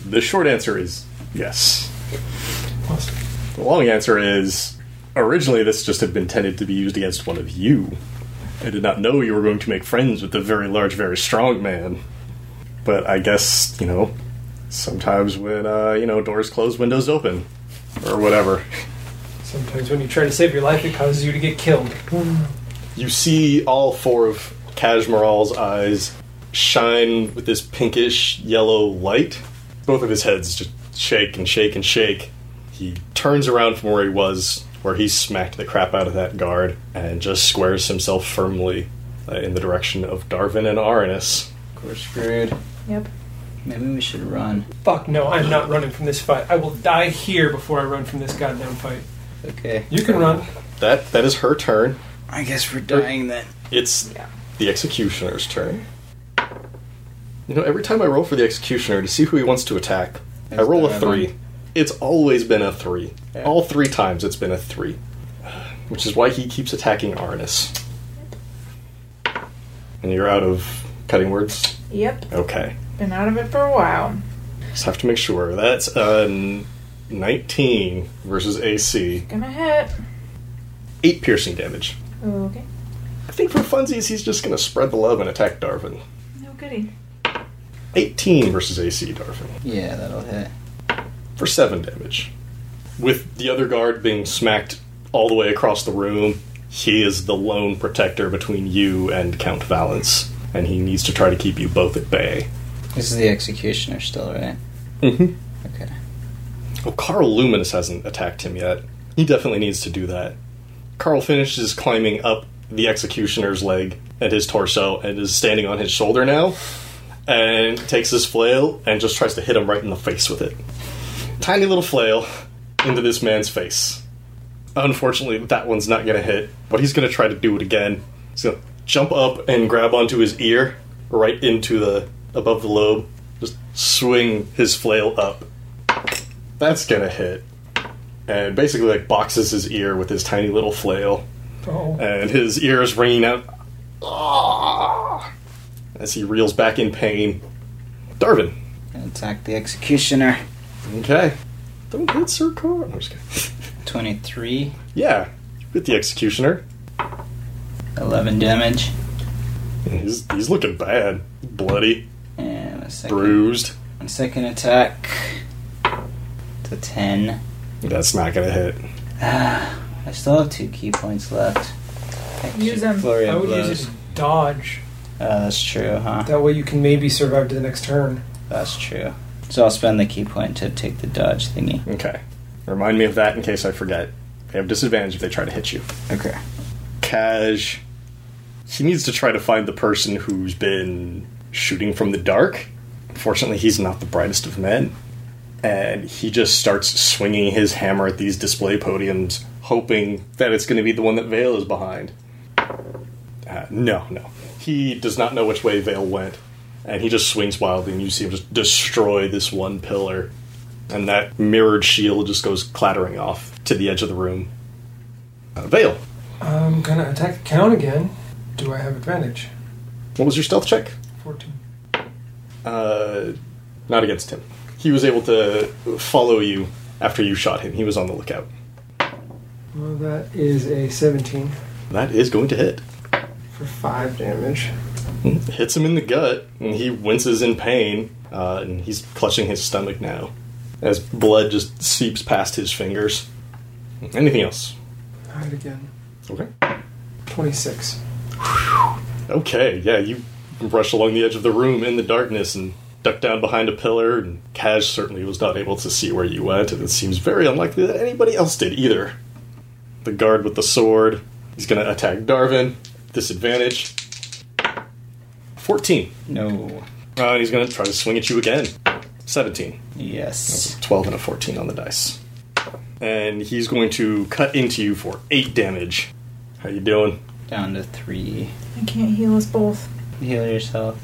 [SPEAKER 1] The short answer is yes. The long answer is originally this just had been intended to be used against one of you. I did not know you were going to make friends with the very large, very strong man. But I guess, you know, sometimes when, uh, you know, doors close, windows open. Or whatever.
[SPEAKER 3] Sometimes when you try to save your life, it causes you to get killed.
[SPEAKER 1] You see all four of Kashmaral's eyes shine with this pinkish yellow light. Both of his heads just shake and shake and shake. He turns around from where he was, where he smacked the crap out of that guard, and just squares himself firmly uh, in the direction of Darvin and Aranus.
[SPEAKER 9] We're screwed.
[SPEAKER 8] Yep.
[SPEAKER 9] Maybe we should run.
[SPEAKER 3] Fuck no, I'm not running from this fight. I will die here before I run from this goddamn fight.
[SPEAKER 9] Okay.
[SPEAKER 3] You can run.
[SPEAKER 1] That that is her turn.
[SPEAKER 9] I guess we're dying then.
[SPEAKER 1] It's
[SPEAKER 8] Yeah.
[SPEAKER 1] the executioner's turn. You know, every time I roll for the executioner to see who he wants to attack, I roll a
[SPEAKER 9] Darvin.
[SPEAKER 1] three. It's always been a three.
[SPEAKER 9] Yeah.
[SPEAKER 1] All three times it's been a three. Which is why he keeps attacking Arnis. And you're out of cutting words?
[SPEAKER 8] Yep.
[SPEAKER 1] Okay.
[SPEAKER 8] Been out of it for a while.
[SPEAKER 1] Just have to make sure. That's a 19 versus AC.
[SPEAKER 8] Gonna hit.
[SPEAKER 1] 8 piercing damage.
[SPEAKER 8] Okay.
[SPEAKER 1] I think for funsies, he's just going to spread the love and attack Darvin.
[SPEAKER 8] No goody.
[SPEAKER 1] 18 versus AC, Darvin.
[SPEAKER 9] Yeah, that'll hit.
[SPEAKER 1] for seven damage. With the other guard being smacked all the way across the room, he is the lone protector between you and Count Valence, and he needs to try to keep you both at bay.
[SPEAKER 9] This is the executioner still, right?
[SPEAKER 1] Mm-hmm.
[SPEAKER 9] Okay.
[SPEAKER 1] Oh, Carl Luminous hasn't attacked him yet. He definitely needs to do that. Carl finishes climbing up the executioner's leg and his torso and is standing on his shoulder now and takes his flail and just tries to hit him right in the face with it. Tiny little flail into this man's face. Unfortunately, that one's not going to hit, but he's going to try to do it again. He's going to jump up and grab onto his ear right into the above the lobe, just swing his flail up that's gonna hit. And basically, like boxes his ear with his tiny little flail,
[SPEAKER 3] Oh.
[SPEAKER 1] and his ear is ringing out. Ah! As he reels back in pain. Darvin.
[SPEAKER 9] Gonna attack the executioner.
[SPEAKER 1] Okay. Don't hit Sir Carl. I'm just kidding.
[SPEAKER 9] 23,
[SPEAKER 1] Yeah, hit the executioner.
[SPEAKER 9] 11 damage.
[SPEAKER 1] He's, he's looking bad. Bloody,
[SPEAKER 9] And a second,
[SPEAKER 1] bruised.
[SPEAKER 9] a second attack. To 10.
[SPEAKER 1] That's not gonna hit.
[SPEAKER 9] Ah, I still have two key points left. Actually,
[SPEAKER 8] Use 'em.
[SPEAKER 9] Flurry
[SPEAKER 3] I
[SPEAKER 9] of
[SPEAKER 3] would
[SPEAKER 9] blows.
[SPEAKER 3] use it to dodge.
[SPEAKER 9] Oh, that's true, huh?
[SPEAKER 3] That way you can maybe survive to the next turn.
[SPEAKER 9] That's true. So I'll spend the key point to take the dodge thingy.
[SPEAKER 1] Okay. Remind me of that in case I forget. They have disadvantage if they try to hit you.
[SPEAKER 9] Okay.
[SPEAKER 1] Cash. He needs to try to find the person who's been shooting from the dark. Unfortunately, he's not the brightest of men. And he just starts swinging his hammer at these display podiums, hoping that it's going to be the one that Vale is behind. Uh, no, no. He does not know which way Vale went. And he just swings wildly, and you see him just destroy this one pillar. And that mirrored shield just goes clattering off to the edge of the room. Uh, vale,
[SPEAKER 3] I'm gonna attack the count again. Do I have advantage?
[SPEAKER 1] What was your stealth check?
[SPEAKER 3] 14.
[SPEAKER 1] Uh, not against him. He was able to follow you after you shot him. He was on the lookout.
[SPEAKER 3] Well, that is a 17
[SPEAKER 1] That is going to hit.
[SPEAKER 3] for 5 damage.
[SPEAKER 1] Hits him in the gut, and he winces in pain, uh, and he's clutching his stomach now as blood just seeps past his fingers. Anything else?
[SPEAKER 3] Hide again.
[SPEAKER 1] Okay.
[SPEAKER 3] 26.
[SPEAKER 1] Okay, yeah, you rush along the edge of the room in the darkness and duck down behind a pillar, and Cash certainly was not able to see where you went, and it seems very unlikely that anybody else did either. The guard with the sword, he's gonna attack Darvin, disadvantage. 14.
[SPEAKER 9] No.
[SPEAKER 1] Uh, and he's gonna try to swing at you again. 17.
[SPEAKER 9] Yes.
[SPEAKER 1] 12 and a 14 on the dice. And he's going to cut into you for 8 damage. How you doing?
[SPEAKER 9] Down to three.
[SPEAKER 8] I can't heal us both.
[SPEAKER 9] Heal yourself.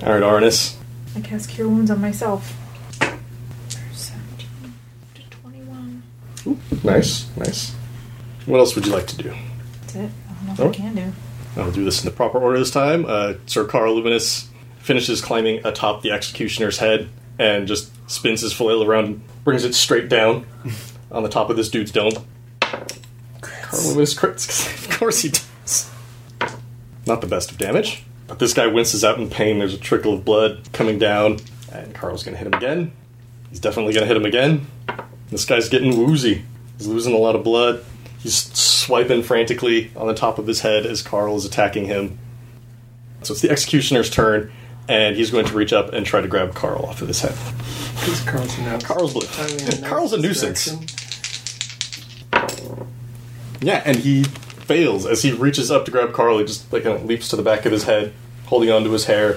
[SPEAKER 1] Alright, Arnis.
[SPEAKER 8] I cast Cure Wounds on myself. 17 to 21.
[SPEAKER 1] Nice, nice. What else would you like to do?
[SPEAKER 8] That's it. I don't know if
[SPEAKER 1] Oh.
[SPEAKER 8] I can do.
[SPEAKER 1] I'll do this in the proper order this time. Uh, Sir Carl Luminous finishes climbing atop the executioner's head and just spins his flail around, brings it straight down on the top of this dude's dome. Carlo is crits, 'cause of course he does. Not the best of damage, but this guy winces out in pain. There's a trickle of blood coming down, and Carl's gonna hit him again. He's definitely gonna hit him again. This guy's getting woozy. He's losing a lot of blood. He's swiping frantically on the top of his head as Carl is attacking him. So it's the executioner's turn, and he's going to reach up and try to grab Carl off of his head.
[SPEAKER 7] Because Carl's announced.
[SPEAKER 1] Carl's blue.
[SPEAKER 7] I mean,
[SPEAKER 1] Carl's a
[SPEAKER 7] announced
[SPEAKER 1] nuisance.
[SPEAKER 7] action.
[SPEAKER 1] Yeah, and he fails as he reaches up to grab Carl. He just like kind of leaps to the back of his head, holding onto his hair,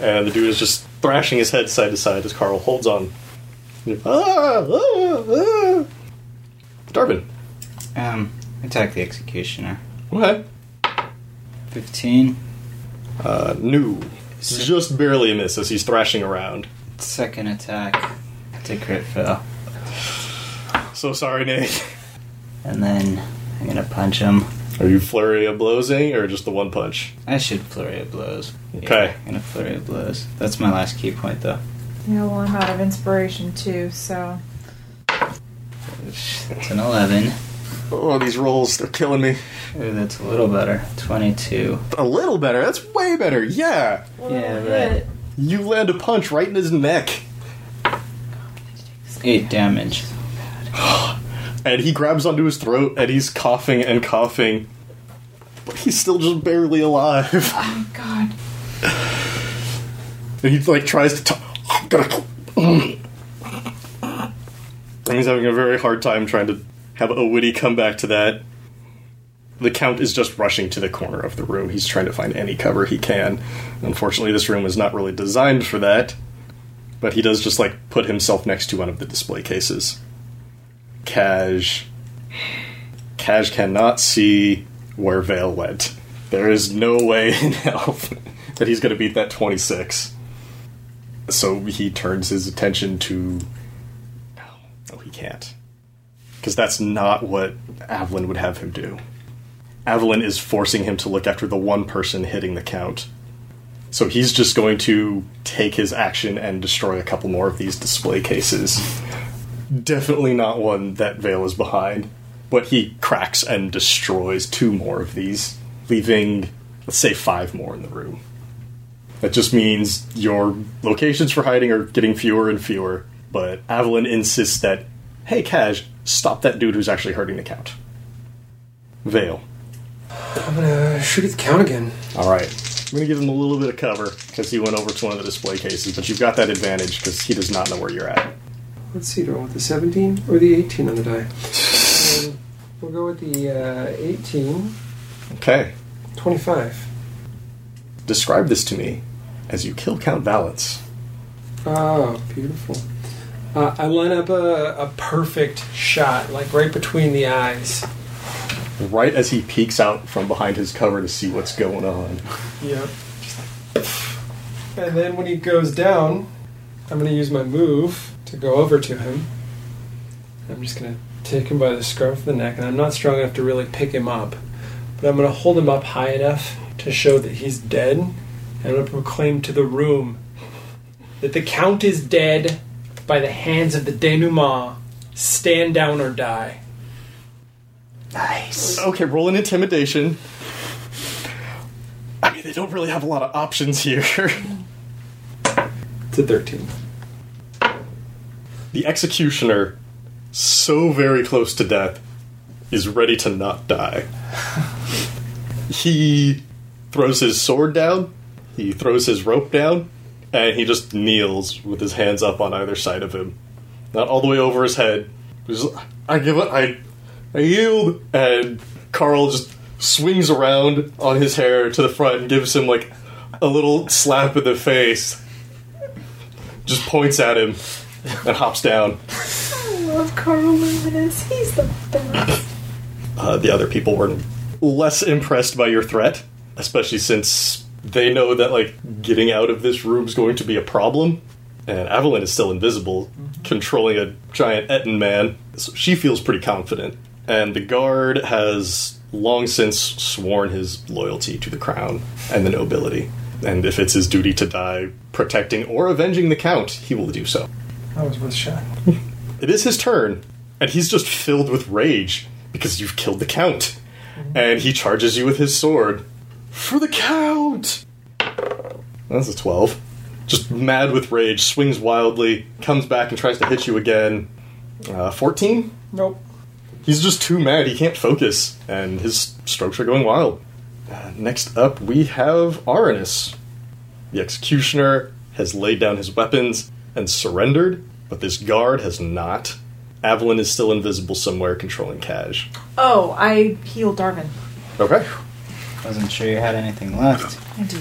[SPEAKER 1] and the dude is just thrashing his head side to side as Carl holds on. Ah, ah, ah. Darvin.
[SPEAKER 9] Um, attack the executioner.
[SPEAKER 1] Okay.
[SPEAKER 9] 15.
[SPEAKER 1] Uh, new. Just barely a miss as he's thrashing around.
[SPEAKER 9] Second attack. It's a crit fail.
[SPEAKER 1] So sorry, Nate.
[SPEAKER 9] And then I'm gonna punch him.
[SPEAKER 1] Are you flurry of blowsing or just the one punch?
[SPEAKER 9] I should flurry of blows. Yeah,
[SPEAKER 1] Okay.
[SPEAKER 9] I'm gonna flurry of blows. That's my last key point though.
[SPEAKER 8] Yeah, well, I'm out of inspiration too, so.
[SPEAKER 9] It's an 11.
[SPEAKER 1] Oh, these rolls, they're killing me.
[SPEAKER 9] Ooh, that's a little better. 22.
[SPEAKER 1] A little better. That's way better. Yeah.
[SPEAKER 9] Yeah, right.
[SPEAKER 1] You land a punch right in his neck.
[SPEAKER 9] 8 damage.
[SPEAKER 1] and he grabs onto his throat and he's coughing and coughing but he's still just barely alive
[SPEAKER 8] Oh my god.
[SPEAKER 1] and he like tries to talk I'm gonna go- and he's having a very hard time trying to have a witty come back to that the count is just rushing to the corner of the room he's trying to find any cover he can unfortunately this room is not really designed for that but he does just like put himself next to one of the display cases Cash. Cash cannot see where Vale went. There is no way in hell that he's going to beat that 26. So he turns his attention to. No, no, he can't. Because that's not what Avalyn would have him do. Avalyn is forcing him to look after the one person hitting the count. So he's just going to take his action and destroy a couple more of these display cases definitely not one that Vale is behind, but he cracks and destroys two more of these, leaving, let's say, five more in the room. That just means your locations for hiding are getting fewer and fewer, but Avalon insists that, hey, Cash, stop that dude who's actually hurting the count. Vale.
[SPEAKER 3] I'm gonna shoot at the count again.
[SPEAKER 1] All right. I'm going to give him a little bit of cover because he went over to one of the display cases, but you've got that advantage because he does not know where you're at.
[SPEAKER 3] Let's see, do I want the 17 or the 18 on the die? Um, we'll go with the uh, 18,
[SPEAKER 1] Okay.
[SPEAKER 3] 25.
[SPEAKER 1] Describe this to me as you kill Count Valance.
[SPEAKER 3] Oh, beautiful. Uh, I line up a, a perfect shot, like right between the eyes.
[SPEAKER 1] right as he peeks out from behind his cover to see what's going on.
[SPEAKER 3] Yep. And then when he goes down, I'm going to use my move to go over to him. I'm just going to take him by the scruff of the neck, and I'm not strong enough to really pick him up, but I'm going to hold him up high enough to show that he's dead, and I'm going to proclaim to the room that the count is dead by the hands of the denouement. Stand down or die.
[SPEAKER 1] Okay, roll an intimidation. I mean, they don't really have a lot of options here.
[SPEAKER 3] It's a 13.
[SPEAKER 1] the executioner, so very close to death, is ready to not die. he throws his sword down, he throws his rope down, and he just kneels with his hands up on either side of him. Not all the way over his head. He's just, I give up, I, I yield. And Carl just swings around on his hair to the front and gives him like a little slap in the face. Just points at him and hops down.
[SPEAKER 8] I love Carl Luminous. He's the best.
[SPEAKER 1] Uh, the other people were less impressed by your threat, especially since they know that like getting out of this room is going to be a problem. And Avalyn is still invisible, controlling a giant Etten man. So she feels pretty confident. And the guard has long since sworn his loyalty to the crown and the nobility. and if it's his duty to die protecting or avenging the Count, he will do so.
[SPEAKER 3] That was worth a shot.
[SPEAKER 1] It is his turn, and he's just filled with rage because you've killed the Count. And he charges you with his sword. For the Count! That's a 12. Just mad with rage, swings wildly, comes back and tries to hit you again. Uh, 14?
[SPEAKER 3] Nope.
[SPEAKER 1] He's just too mad, he can't focus, and his strokes are going wild. Uh, next up, we have Aranus. The executioner has laid down his weapons and surrendered, but this guard has not. Avalon is still invisible somewhere controlling Cash.
[SPEAKER 8] Oh, I heal Darvin.
[SPEAKER 1] Okay.
[SPEAKER 9] Wasn't sure you had anything left.
[SPEAKER 8] I do.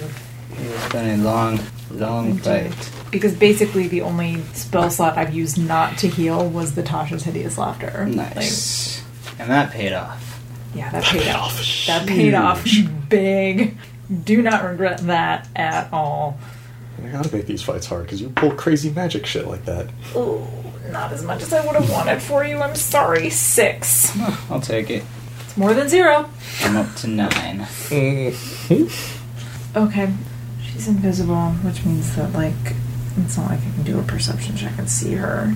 [SPEAKER 9] It's been a long, long fight.
[SPEAKER 8] Because basically the only spell slot I've used not to heal was the Tasha's Hideous Laughter.
[SPEAKER 9] Nice. And that paid off.
[SPEAKER 8] Like, yeah, that paid off. That paid off big. Do not regret that at all.
[SPEAKER 1] I gotta make these fights hard because you pull crazy magic shit like that.
[SPEAKER 8] Ooh, not as much as I would have wanted for you. I'm sorry. Six.
[SPEAKER 9] I'll take it.
[SPEAKER 8] It's more than zero.
[SPEAKER 9] I'm up to nine.
[SPEAKER 8] Okay. She's invisible, which means that, like, it's not like I can do a perception check and see her.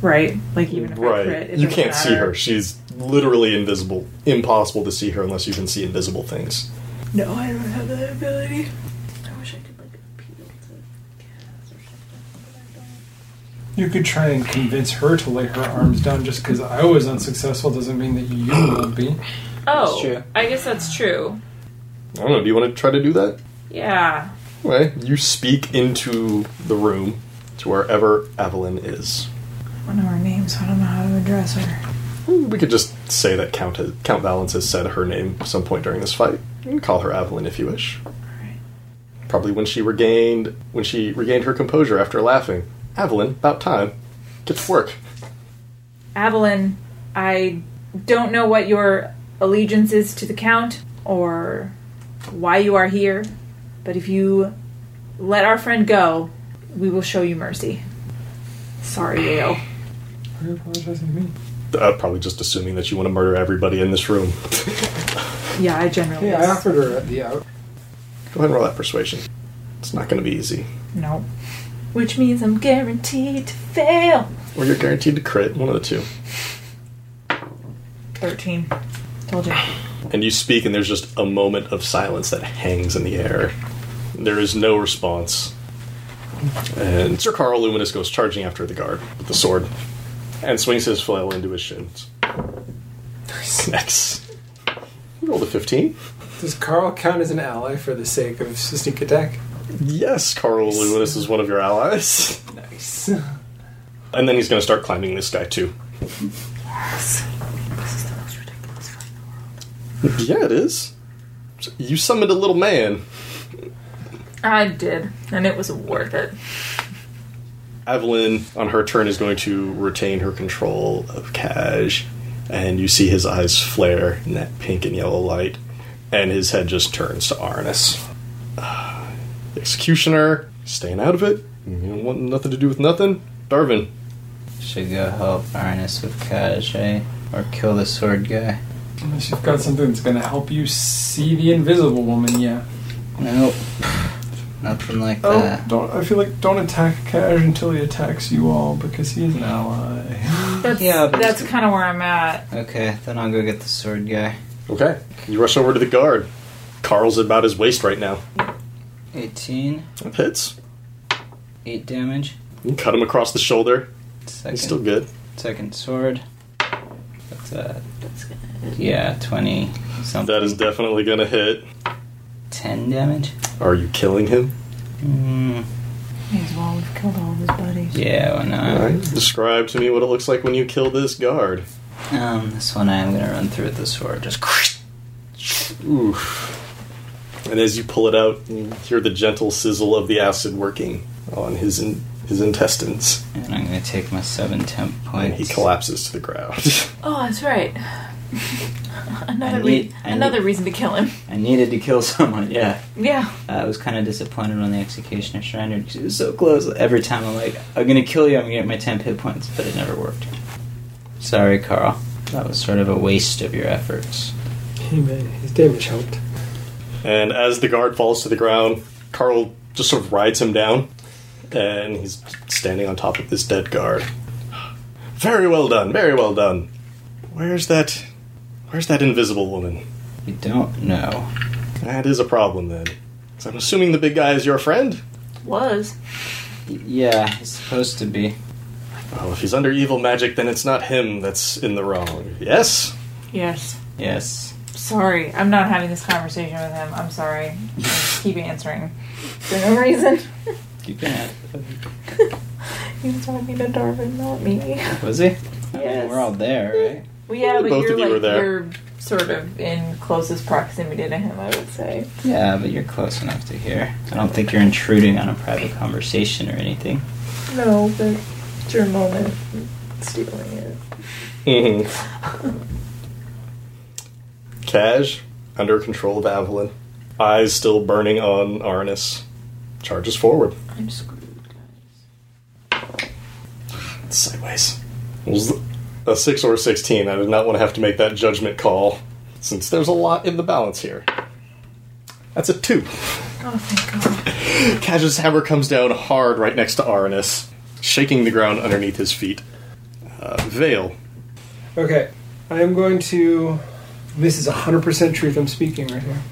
[SPEAKER 8] Right? Like, even if I crit,
[SPEAKER 1] Right.
[SPEAKER 8] it
[SPEAKER 1] You
[SPEAKER 8] doesn't
[SPEAKER 1] can't see
[SPEAKER 8] matter.
[SPEAKER 1] her. She's literally invisible. Impossible to see her unless you can see invisible things.
[SPEAKER 8] No, I don't have that ability. I wish I could, like, appeal to cats or something.
[SPEAKER 3] You could try and convince her to lay her arms down just because I was unsuccessful doesn't mean that you won't be.
[SPEAKER 8] Oh,
[SPEAKER 9] true.
[SPEAKER 8] I guess that's true.
[SPEAKER 1] I don't know. Do you want to try to do that?
[SPEAKER 8] Yeah.
[SPEAKER 1] Anyway, you speak into the room to wherever Evelyn is.
[SPEAKER 8] I don't know her name, so I don't know how to address her.
[SPEAKER 1] We could just say that Count, has, Count Valence has said her name at some point during this fight. You can call her Evelyn if you wish.
[SPEAKER 8] Alright.
[SPEAKER 1] Probably when she regained when she regained her composure after laughing. Evelyn, about time. Get to work.
[SPEAKER 8] Avalon, I don't know what your allegiance is to the Count or why you are here, but if you let our friend go, we will show you mercy. Sorry, Yale.
[SPEAKER 3] Why are you apologizing to me?
[SPEAKER 1] Uh, probably just assuming that you want to murder everybody in this room.
[SPEAKER 8] Yeah, I generally.
[SPEAKER 3] Hey, I offered her the out.
[SPEAKER 1] Go ahead and roll that persuasion. It's not going to be easy.
[SPEAKER 8] No. Which means I'm guaranteed to fail.
[SPEAKER 1] Or you're guaranteed to crit, one of the two.
[SPEAKER 8] 13. Told you.
[SPEAKER 1] And you speak, and there's just a moment of silence that hangs in the air. There is no response. And Sir Carl Luminous goes charging after the guard with the sword and swings his flail into his shins. Nice. You rolled a 15.
[SPEAKER 3] Does Carl count as an ally for the sake of sneak attack?
[SPEAKER 1] Yes, Carl Luminous is one of your allies.
[SPEAKER 3] Nice.
[SPEAKER 1] And then he's going to start climbing this guy, too.
[SPEAKER 8] This is the most ridiculous fight.
[SPEAKER 1] yeah, it is. You summoned a little man.
[SPEAKER 8] I did, and it was worth it.
[SPEAKER 1] Evelyn, on her turn, is going to retain her control of Kaj, and you see his eyes flare in that pink and yellow light, and his head just turns to Arnis. Ah, the executioner, staying out of it. You don't want nothing to do with nothing. Darvin,
[SPEAKER 9] Should go help Arnis with Kaj, eh? Or kill the sword guy.
[SPEAKER 3] Unless you've got something that's going to help you see the invisible woman, yeah.
[SPEAKER 9] Nope. Nothing like
[SPEAKER 3] Oh,
[SPEAKER 9] that.
[SPEAKER 3] don't. I feel like don't attack Cash until he attacks you all because he is an ally.
[SPEAKER 8] That's,
[SPEAKER 9] Yeah, but-
[SPEAKER 8] that's kind of where I'm at.
[SPEAKER 9] Okay, then I'll go get the sword guy.
[SPEAKER 1] okay, you rush over to the guard. Carl's about his waist right now.
[SPEAKER 9] 18.
[SPEAKER 1] It hits.
[SPEAKER 9] 8 damage.
[SPEAKER 1] You cut him across the shoulder.
[SPEAKER 9] Second,
[SPEAKER 1] He's still good.
[SPEAKER 9] second sword. That's a. Yeah, 20 something.
[SPEAKER 1] That is definitely gonna hit.
[SPEAKER 9] 10 damage?
[SPEAKER 1] Are you killing him?
[SPEAKER 9] Mm,
[SPEAKER 8] May as well, we've killed all of his buddies.
[SPEAKER 9] yeah, why not?
[SPEAKER 1] Alright. Describe to me what it looks like when you kill this guard.
[SPEAKER 9] Um, this one I am gonna run through with the sword. Just
[SPEAKER 1] Oof. And as you pull it out, you hear the gentle sizzle of the acid working on his in- his intestines,
[SPEAKER 9] and I'm gonna take my seven temp points.
[SPEAKER 1] and he collapses to the ground.
[SPEAKER 8] Oh, that's right. another
[SPEAKER 9] I need-
[SPEAKER 8] re-
[SPEAKER 9] I need-
[SPEAKER 8] another reason to kill him.
[SPEAKER 9] I needed to kill someone. Yeah, Uh,
[SPEAKER 8] Yeah.
[SPEAKER 9] I was kind of disappointed when the executioner surrendered because it was so close. Every time I'm like, I'm gonna kill you. I'm gonna get my temp hit points, but it never worked. Sorry, Carl. That was sort of a waste of your efforts.
[SPEAKER 3] Hey man, his damage helped.
[SPEAKER 1] and as the guard falls to the ground, Carl just sort of rides him down, and he's standing on top of this dead guard. Very well done, very well done. Where's that? Where's that invisible woman?
[SPEAKER 9] You don't know.
[SPEAKER 1] That is a problem then. 'Cause I'm assuming the big guy is your friend.
[SPEAKER 8] Was.
[SPEAKER 9] Y- Yeah, it's supposed to be.
[SPEAKER 1] Well, if he's under evil magic, then it's not him that's in the wrong. Yes.
[SPEAKER 8] Yes.
[SPEAKER 9] Yes.
[SPEAKER 8] Sorry, I'm not having this conversation with him. I'm sorry. I just keep answering for no reason.
[SPEAKER 9] You can have.
[SPEAKER 8] He was talking to Darwin, not me.
[SPEAKER 9] Was he? I mean,
[SPEAKER 8] Yes.
[SPEAKER 9] we're all there, right?
[SPEAKER 8] Well, yeah, but
[SPEAKER 1] Both
[SPEAKER 8] you're
[SPEAKER 1] of you
[SPEAKER 8] like
[SPEAKER 1] were there.
[SPEAKER 8] you're sort of in closest proximity to him, I would say.
[SPEAKER 9] Yeah, but you're close enough to hear. I don't think you're intruding on a private conversation or anything.
[SPEAKER 8] No, but it's your moment. Stealing it.
[SPEAKER 1] Mm-hmm. Cash, under control of Avalon, eyes still burning on Arnis, charges forward.
[SPEAKER 8] I'm screwed, guys.
[SPEAKER 1] Sideways. It was a 6 or a 16. I did not want to have to make that judgment call, since there's a lot in the balance here. That's a 2.
[SPEAKER 8] Oh, thank God.
[SPEAKER 1] Cash's hammer comes down hard right next to Arnis, shaking the ground underneath his feet. Uh, Vale.
[SPEAKER 3] Okay, I am going to. This is 100% truth I'm speaking right here.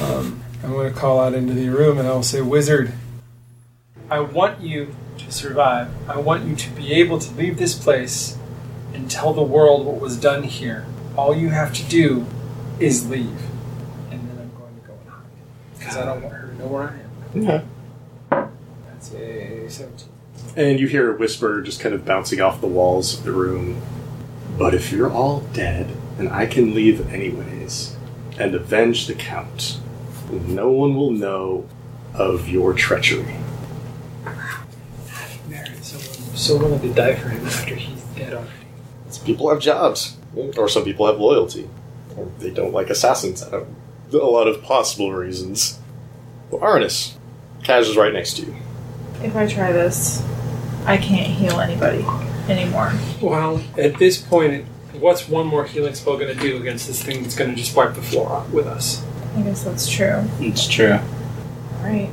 [SPEAKER 3] Um, I'm going to call out into the room and I will say, Wizard, I want you to survive. I want you to be able to leave this place and tell the world what was done here. All you have to do is leave. And then I'm going to go and hide. Because I don't want her to know where I am. That's a 17.
[SPEAKER 1] And you hear a whisper just kind of bouncing off the walls of the room. But if you're all dead, then I can leave anyways and avenge the Count. No one will know of your treachery.
[SPEAKER 3] Married someone so willing to die for him after he's dead already.
[SPEAKER 1] Some people have jobs, or some people have loyalty, or they don't like assassins. I don't. there are A lot of possible reasons. Well, Arnis, Cash is right next to you.
[SPEAKER 8] If I try this, I can't heal anybody anymore.
[SPEAKER 3] Well, at this point, what's one more healing spell going to do against this thing that's going to just wipe the floor out with us?
[SPEAKER 8] I guess that's true.
[SPEAKER 9] It's true.
[SPEAKER 8] Right.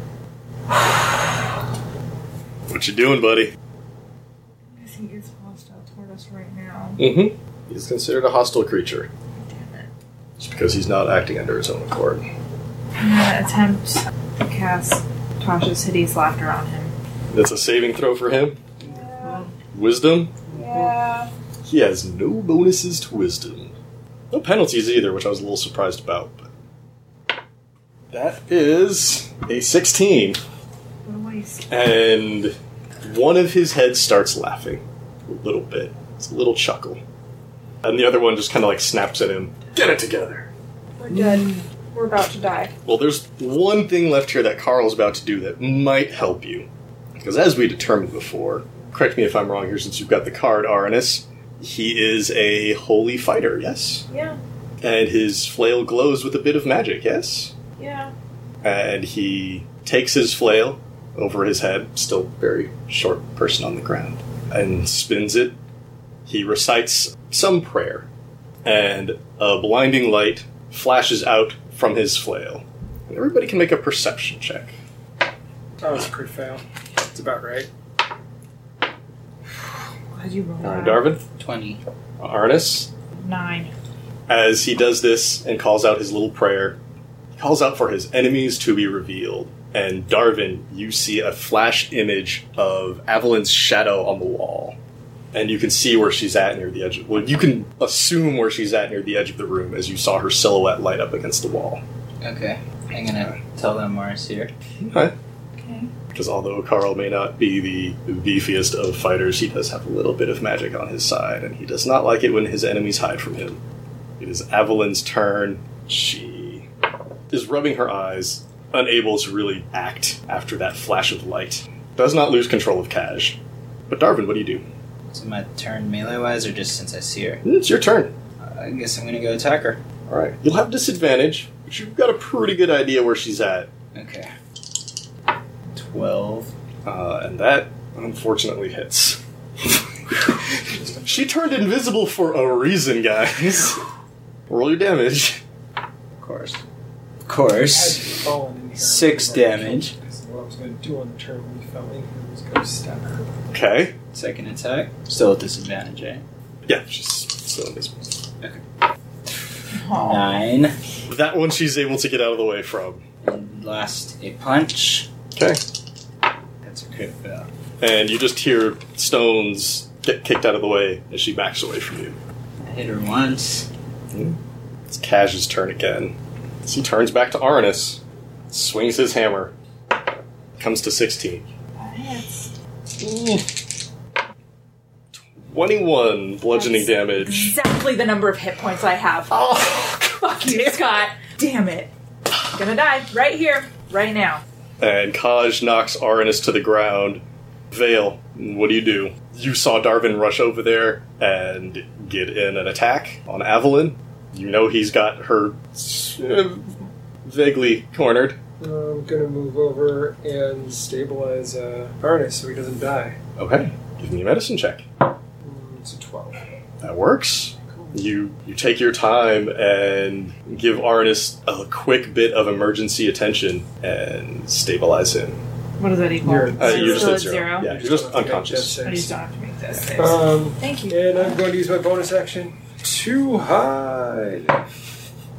[SPEAKER 1] What you doing, buddy?
[SPEAKER 8] I guess he is hostile toward us right now.
[SPEAKER 1] Mm-hmm. He's considered a hostile creature,
[SPEAKER 8] Damn it.
[SPEAKER 1] just because he's not acting under his own accord.
[SPEAKER 8] I'm gonna attempt to cast Tasha's hideous laughter on him.
[SPEAKER 1] That's a saving throw for him. Wisdom?
[SPEAKER 8] Yeah.
[SPEAKER 1] He has no bonuses to wisdom. No penalties either, which I was a little surprised about. But that is a 16.
[SPEAKER 8] What a waste.
[SPEAKER 1] And one of his heads starts laughing a little bit. It's a little chuckle. And the other one just kind of like snaps at him. Get it together.
[SPEAKER 8] We're dead. We're about to die.
[SPEAKER 1] Well, there's one thing left here that Carl's about to do that might help you. Because as we determined before, correct me if I'm wrong here since you've got the card, Aranus, he is a holy fighter, yes?
[SPEAKER 8] Yeah.
[SPEAKER 1] And his flail glows with a bit of magic, yes?
[SPEAKER 8] Yeah.
[SPEAKER 1] and he takes his flail over his head, still very short person on the ground, and spins it. He recites some prayer, and a blinding light flashes out from his flail. And everybody can make a perception check.
[SPEAKER 3] Oh, it's a crit fail. It's about right.
[SPEAKER 8] Glad you rolled.
[SPEAKER 1] Alright,
[SPEAKER 8] that.
[SPEAKER 1] Darvin,
[SPEAKER 9] 20.
[SPEAKER 1] Arnis,
[SPEAKER 8] Nine.
[SPEAKER 1] as he does this and calls out his little prayer, he calls out for his enemies to be revealed. And Darvin, you see a flash image of Avalon's shadow on the wall. And you can see where she's at near the edge of well, you can assume where she's at near the edge of the room as you saw her silhouette light up against the wall.
[SPEAKER 9] Okay. I'm gonna tell them Mars here.
[SPEAKER 1] Okay.
[SPEAKER 8] Okay.
[SPEAKER 1] Because although Carl may not be the beefiest of fighters, he does have a little bit of magic on his side, and he does not like it when his enemies hide from him. It is Avalyn's turn. She is rubbing her eyes, unable to really act after that flash of light. Does not lose control of Kaj. But Darwin, what do you do?
[SPEAKER 9] Is it my turn melee wise or just since I see her?
[SPEAKER 1] It's your turn.
[SPEAKER 9] I guess I'm gonna go attack her.
[SPEAKER 1] Alright. You'll have disadvantage, but you've got a pretty good idea where she's at.
[SPEAKER 9] Okay. 12.
[SPEAKER 1] Uh, and that, unfortunately, hits. she turned invisible for a reason, guys. Roll your damage.
[SPEAKER 9] Of course. Of course.
[SPEAKER 3] As you fall in
[SPEAKER 9] Six damage.
[SPEAKER 3] What I was going to do on the turn when we fell in here was go stab her.
[SPEAKER 1] Okay.
[SPEAKER 9] Second attack. Still at disadvantage, eh?
[SPEAKER 1] Yeah, she's still invisible.
[SPEAKER 8] Aw.
[SPEAKER 9] Nine.
[SPEAKER 1] That one she's able to get out of the way from.
[SPEAKER 9] And last, a punch.
[SPEAKER 1] Okay.
[SPEAKER 9] That's a crit fail.
[SPEAKER 1] And you just hear stones get kicked out of the way as she backs away from you.
[SPEAKER 9] I hit her once.
[SPEAKER 1] It's Kaj's turn again. As he turns back to Arnis, swings his hammer, comes to 16.
[SPEAKER 8] That's
[SPEAKER 1] 21 bludgeoning
[SPEAKER 2] Nice.
[SPEAKER 1] damage.
[SPEAKER 2] Exactly the number of hit points I have.
[SPEAKER 1] Oh!
[SPEAKER 2] Fuck you, Scott. Damn it. Gonna die right here, right now.
[SPEAKER 1] And Kaj knocks Aranus to the ground. Vale, what do you do? You saw Darvin rush over there and get in an attack on Avalon. You know he's got her uh, vaguely cornered.
[SPEAKER 3] I'm going to Um, move over and stabilize uh, Arnis so he doesn't die.
[SPEAKER 1] Okay, give me a medicine check.
[SPEAKER 3] Mm, It's a 12.
[SPEAKER 1] That works. You you take your time and give Arnis a quick bit of emergency attention and stabilize him.
[SPEAKER 8] what does that equal?
[SPEAKER 3] You're-
[SPEAKER 1] Uh,
[SPEAKER 3] So
[SPEAKER 1] you're just
[SPEAKER 8] still
[SPEAKER 1] at zero. Yeah, you're just unconscious.
[SPEAKER 8] I just don't have to make those saves.
[SPEAKER 3] Um,
[SPEAKER 8] Thank you.
[SPEAKER 3] and I'm going to use my bonus action to hide.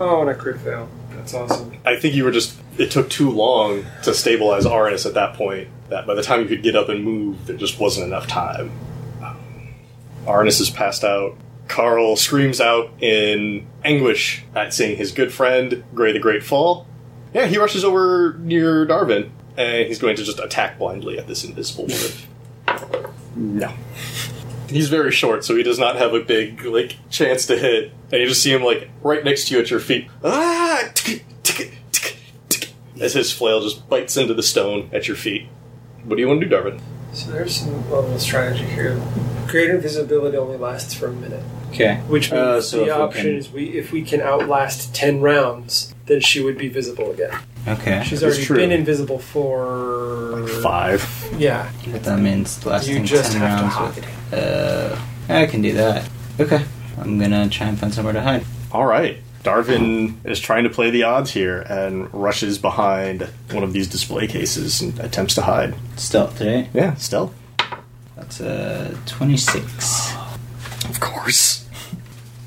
[SPEAKER 3] Oh, and I crit fail. That's awesome.
[SPEAKER 1] I think you were just. It took too long to stabilize Arnis at that point. That by the time you could get up and move, there just wasn't enough time. Arnis is passed out. Carl screams out in anguish at seeing his good friend Gray the Great fall. Yeah, he rushes over near Darvin, and he's going to just attack blindly at this invisible woman. no. He's very short, so he does not have a big like chance to hit. And you just see him like right next to you at your feet. Ah! tick, tick, tick, tick, As his flail just bites into the stone at your feet. What do you want to do, Darvin?
[SPEAKER 3] So there's some level of strategy here. Greater visibility only lasts for a minute,
[SPEAKER 9] Okay.
[SPEAKER 3] which means
[SPEAKER 9] Uh, so if
[SPEAKER 3] the
[SPEAKER 9] we
[SPEAKER 3] option
[SPEAKER 9] can-
[SPEAKER 3] is we if we can outlast ten rounds, then she would be visible again.
[SPEAKER 9] Okay.
[SPEAKER 3] She's
[SPEAKER 1] That's
[SPEAKER 3] already
[SPEAKER 1] true.
[SPEAKER 3] been invisible for
[SPEAKER 1] Five.
[SPEAKER 3] Yeah,
[SPEAKER 9] But that means
[SPEAKER 3] you
[SPEAKER 9] lasting
[SPEAKER 3] just
[SPEAKER 9] ten
[SPEAKER 3] have to
[SPEAKER 9] rounds.
[SPEAKER 3] hide.
[SPEAKER 9] With, uh, I can do that. Okay. I'm gonna try and find somewhere to hide.
[SPEAKER 1] All right. Darvin is trying to play the odds here and rushes behind one of these display cases and attempts to hide.
[SPEAKER 9] Stealth today.
[SPEAKER 1] Yeah, stealth.
[SPEAKER 9] That's a twenty-six.
[SPEAKER 1] Of course.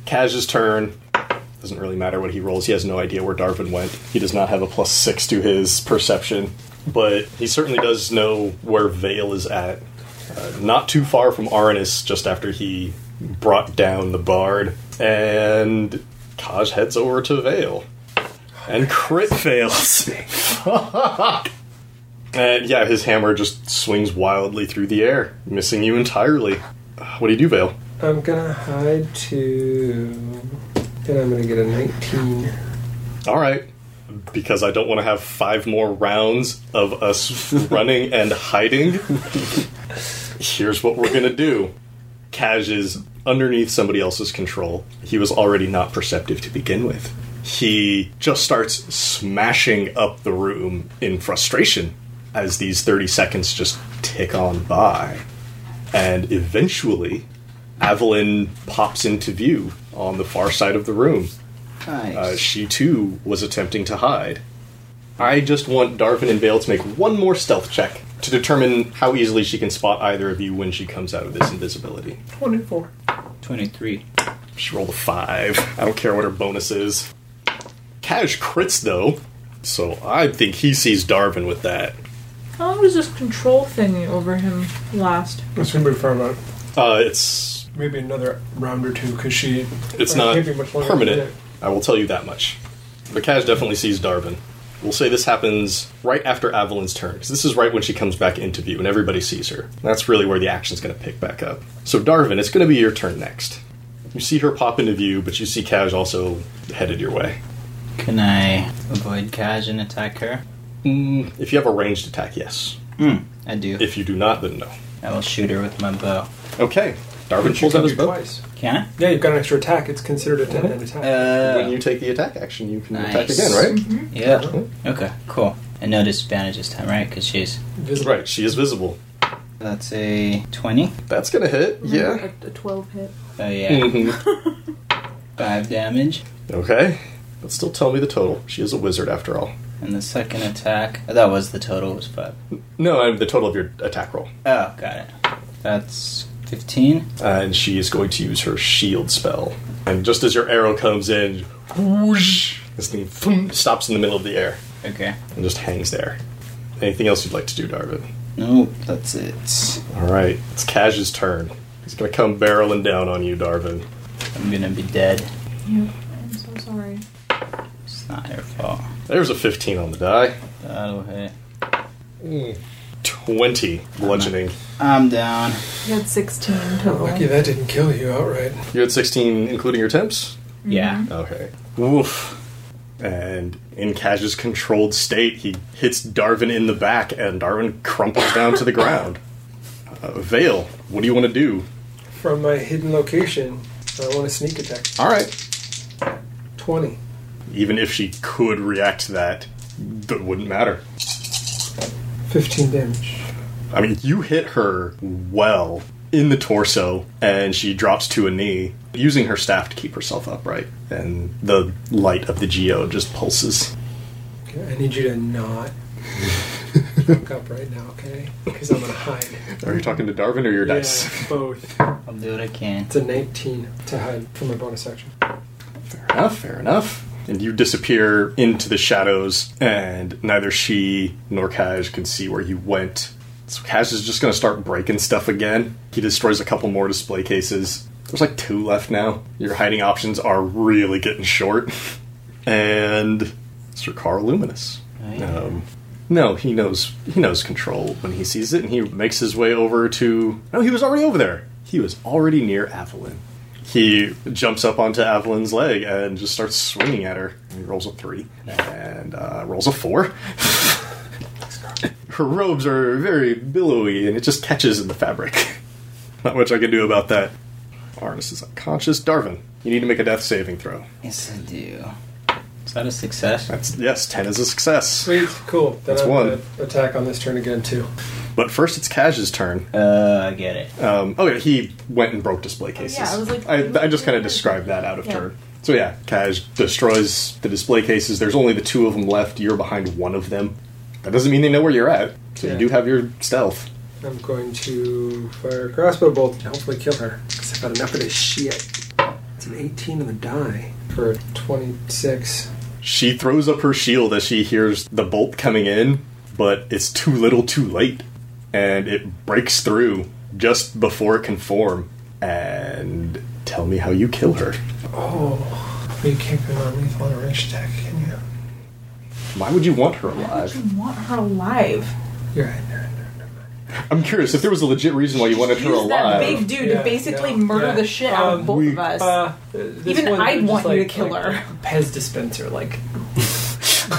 [SPEAKER 1] Kaz's turn. Doesn't really matter what he rolls. He has no idea where Darvin went. He does not have a plus six to his perception, but he certainly does know where Vale is at. Uh, not too far from Arnis, just after he brought down the bard. And Kaj heads over to Vale. And crit fails. and yeah, his hammer just swings wildly through the air, missing you entirely. Uh, What do you do, Vale?
[SPEAKER 3] I'm gonna hide to, and I'm gonna get a 19.
[SPEAKER 1] All right. Because I don't want to have five more rounds of us running and hiding. Here's what we're going to do. Kaj is underneath somebody else's control. He was already not perceptive to begin with. He just starts smashing up the room in frustration as these 30 seconds just tick on by. And eventually, Avalyn pops into view on the far side of the room.
[SPEAKER 9] Nice.
[SPEAKER 1] Uh, she too was attempting to hide. I just want Darvin and Vale to make one more stealth check to determine how easily she can spot either of you when she comes out of this invisibility.
[SPEAKER 3] 24.
[SPEAKER 9] Twenty-three.
[SPEAKER 1] She rolled a five. I don't care what her bonus is. Cash crits though, so I think he sees Darvin with that.
[SPEAKER 8] How long does this control thing over him last?
[SPEAKER 3] Let's remove for a moment.
[SPEAKER 1] Uh, it's
[SPEAKER 3] Maybe another round or two, because she.
[SPEAKER 1] it's
[SPEAKER 3] or
[SPEAKER 1] not
[SPEAKER 3] maybe much longer than
[SPEAKER 1] permanent.
[SPEAKER 3] that.
[SPEAKER 1] I will tell you that much. But Cash definitely sees Darvin. We'll say this happens right after Avalon's turn, because this is right when she comes back into view and everybody sees her. That's really where the action's going to pick back up. So, Darvin, it's going to be your turn next. You see her pop into view, but you see Cash also headed your way.
[SPEAKER 9] Can I avoid Kaj and attack her?
[SPEAKER 1] Mm, if you have a ranged attack, yes.
[SPEAKER 9] Hmm. I do.
[SPEAKER 1] If you do not, then no.
[SPEAKER 9] I will shoot her with my bow.
[SPEAKER 1] Okay. Darvin
[SPEAKER 3] But you
[SPEAKER 1] pulls
[SPEAKER 3] can
[SPEAKER 1] out
[SPEAKER 3] do
[SPEAKER 1] his bow.
[SPEAKER 3] twice.
[SPEAKER 9] Can
[SPEAKER 3] Yeah, you've got an extra attack. It's considered a 10 hand attack.
[SPEAKER 9] I? Uh,
[SPEAKER 1] When you take the attack action, you can attack
[SPEAKER 9] Nice.
[SPEAKER 1] again, right?
[SPEAKER 9] yeah. Okay. Cool. And no disadvantage this time, right? Because she's.
[SPEAKER 3] Visible.
[SPEAKER 1] Right, she is visible.
[SPEAKER 9] That's a twenty.
[SPEAKER 1] That's going to hit, yeah.
[SPEAKER 8] A, a 12 hit.
[SPEAKER 9] Oh yeah.
[SPEAKER 1] Mhm.
[SPEAKER 9] Five damage.
[SPEAKER 1] Okay. But still tell me the total. She is a wizard after all.
[SPEAKER 9] And the second attack. oh, That was the total, was 5.
[SPEAKER 1] No, I- the total of your attack roll.
[SPEAKER 9] Oh, got it. That's 15.
[SPEAKER 1] Uh, and she is going to use her shield spell. And just as your arrow comes in, whoosh, this thing thum, stops in the middle of the air
[SPEAKER 9] Okay.
[SPEAKER 1] and just hangs there. Anything else you'd like to do, Darvin?
[SPEAKER 9] Nope, that's it.
[SPEAKER 1] All right, it's Kaj's turn. He's going to come barreling down on you, Darvin.
[SPEAKER 9] I'm gonna be dead.
[SPEAKER 8] Yep. I'm so sorry.
[SPEAKER 9] It's not your fault.
[SPEAKER 1] There's a 15 on the die.
[SPEAKER 9] That'll hit.
[SPEAKER 1] 20 bludgeoning.
[SPEAKER 9] I'm down.
[SPEAKER 8] You had 16 total.
[SPEAKER 3] Lucky that didn't kill you outright.
[SPEAKER 1] You had 16, including your temps?
[SPEAKER 9] Yeah.
[SPEAKER 1] Okay. Woof. And in Kaj's controlled state, he hits Darwin in the back, and Darwin crumples down to the ground. Uh, Vale, what do you want to do?
[SPEAKER 3] From my hidden location, I want to sneak attack.
[SPEAKER 1] All right.
[SPEAKER 3] 20.
[SPEAKER 1] Even if she could react to that, that wouldn't matter.
[SPEAKER 3] 15 damage.
[SPEAKER 1] I mean, you hit her well in the torso, and she drops to a knee, using her staff to keep herself upright. And the light of the geo just pulses.
[SPEAKER 3] Okay, I need you to not fuck up right now, okay? Because I'm going to hide.
[SPEAKER 1] Are you talking to Darwin or your dice?
[SPEAKER 3] Yeah, both.
[SPEAKER 9] I'll do what I can.
[SPEAKER 3] It's a 19 to hide from my bonus action.
[SPEAKER 1] Fair enough, fair enough. And you disappear into the shadows, and neither she nor Cash can see where you went. So Cash is just gonna start breaking stuff again. He destroys a couple more display cases. There's like two left now. Your hiding options are really getting short. And Sir Carl Luminous. Um, no, he knows he knows control when he sees it, and he makes his way over to. No, he was already over there. He was already near Avalon. He jumps up onto Avalon's leg and just starts swinging at her. He rolls a three and uh, rolls a four. her robes are very billowy, and it just catches in the fabric. Not much I can do about that. Arnis is unconscious. Darvin, you need to make a death saving throw.
[SPEAKER 9] Yes, I do. Is that a success?
[SPEAKER 1] That's yes, ten is a success.
[SPEAKER 3] Sweet, cool. Then
[SPEAKER 1] That's
[SPEAKER 3] I'm
[SPEAKER 1] one.
[SPEAKER 3] gonna attack on this turn again, too.
[SPEAKER 1] But first, it's Kaj's turn.
[SPEAKER 9] Uh, I get it.
[SPEAKER 1] Um, oh yeah, he went and broke display cases.
[SPEAKER 8] Oh, I was like-
[SPEAKER 1] I, I just kind of described that out of
[SPEAKER 8] Yeah.
[SPEAKER 1] turn. So yeah, Kaj destroys the display cases. There's only the two of them left. You're behind one of them. That doesn't mean they know where you're at. So
[SPEAKER 3] Yeah.
[SPEAKER 1] you do have your stealth.
[SPEAKER 3] I'm going to fire a crossbow bolt and hopefully kill her. Because I've had enough of this shit. It's an 18 on the die for a 26.
[SPEAKER 1] She throws up her shield as she hears the bolt coming in, but it's too little, too late, and it breaks through just before it can form. And tell me how you kill her.
[SPEAKER 3] Oh, you can't go on lethal on a range attack, can you?
[SPEAKER 1] Why would you want her
[SPEAKER 8] Why would
[SPEAKER 1] alive?
[SPEAKER 8] you want her alive?
[SPEAKER 3] You're right, you're right. you're right.
[SPEAKER 1] I'm curious if there was a legit reason why you wanted her
[SPEAKER 8] Use that big
[SPEAKER 1] alive.
[SPEAKER 8] dude
[SPEAKER 3] Yeah,
[SPEAKER 8] to basically
[SPEAKER 3] yeah,
[SPEAKER 8] murder
[SPEAKER 3] yeah.
[SPEAKER 8] the shit out
[SPEAKER 3] Um,
[SPEAKER 8] of both
[SPEAKER 1] we-
[SPEAKER 8] of us.
[SPEAKER 3] Uh,
[SPEAKER 8] Even I'd want you to kill
[SPEAKER 3] her. Pez dispenser, like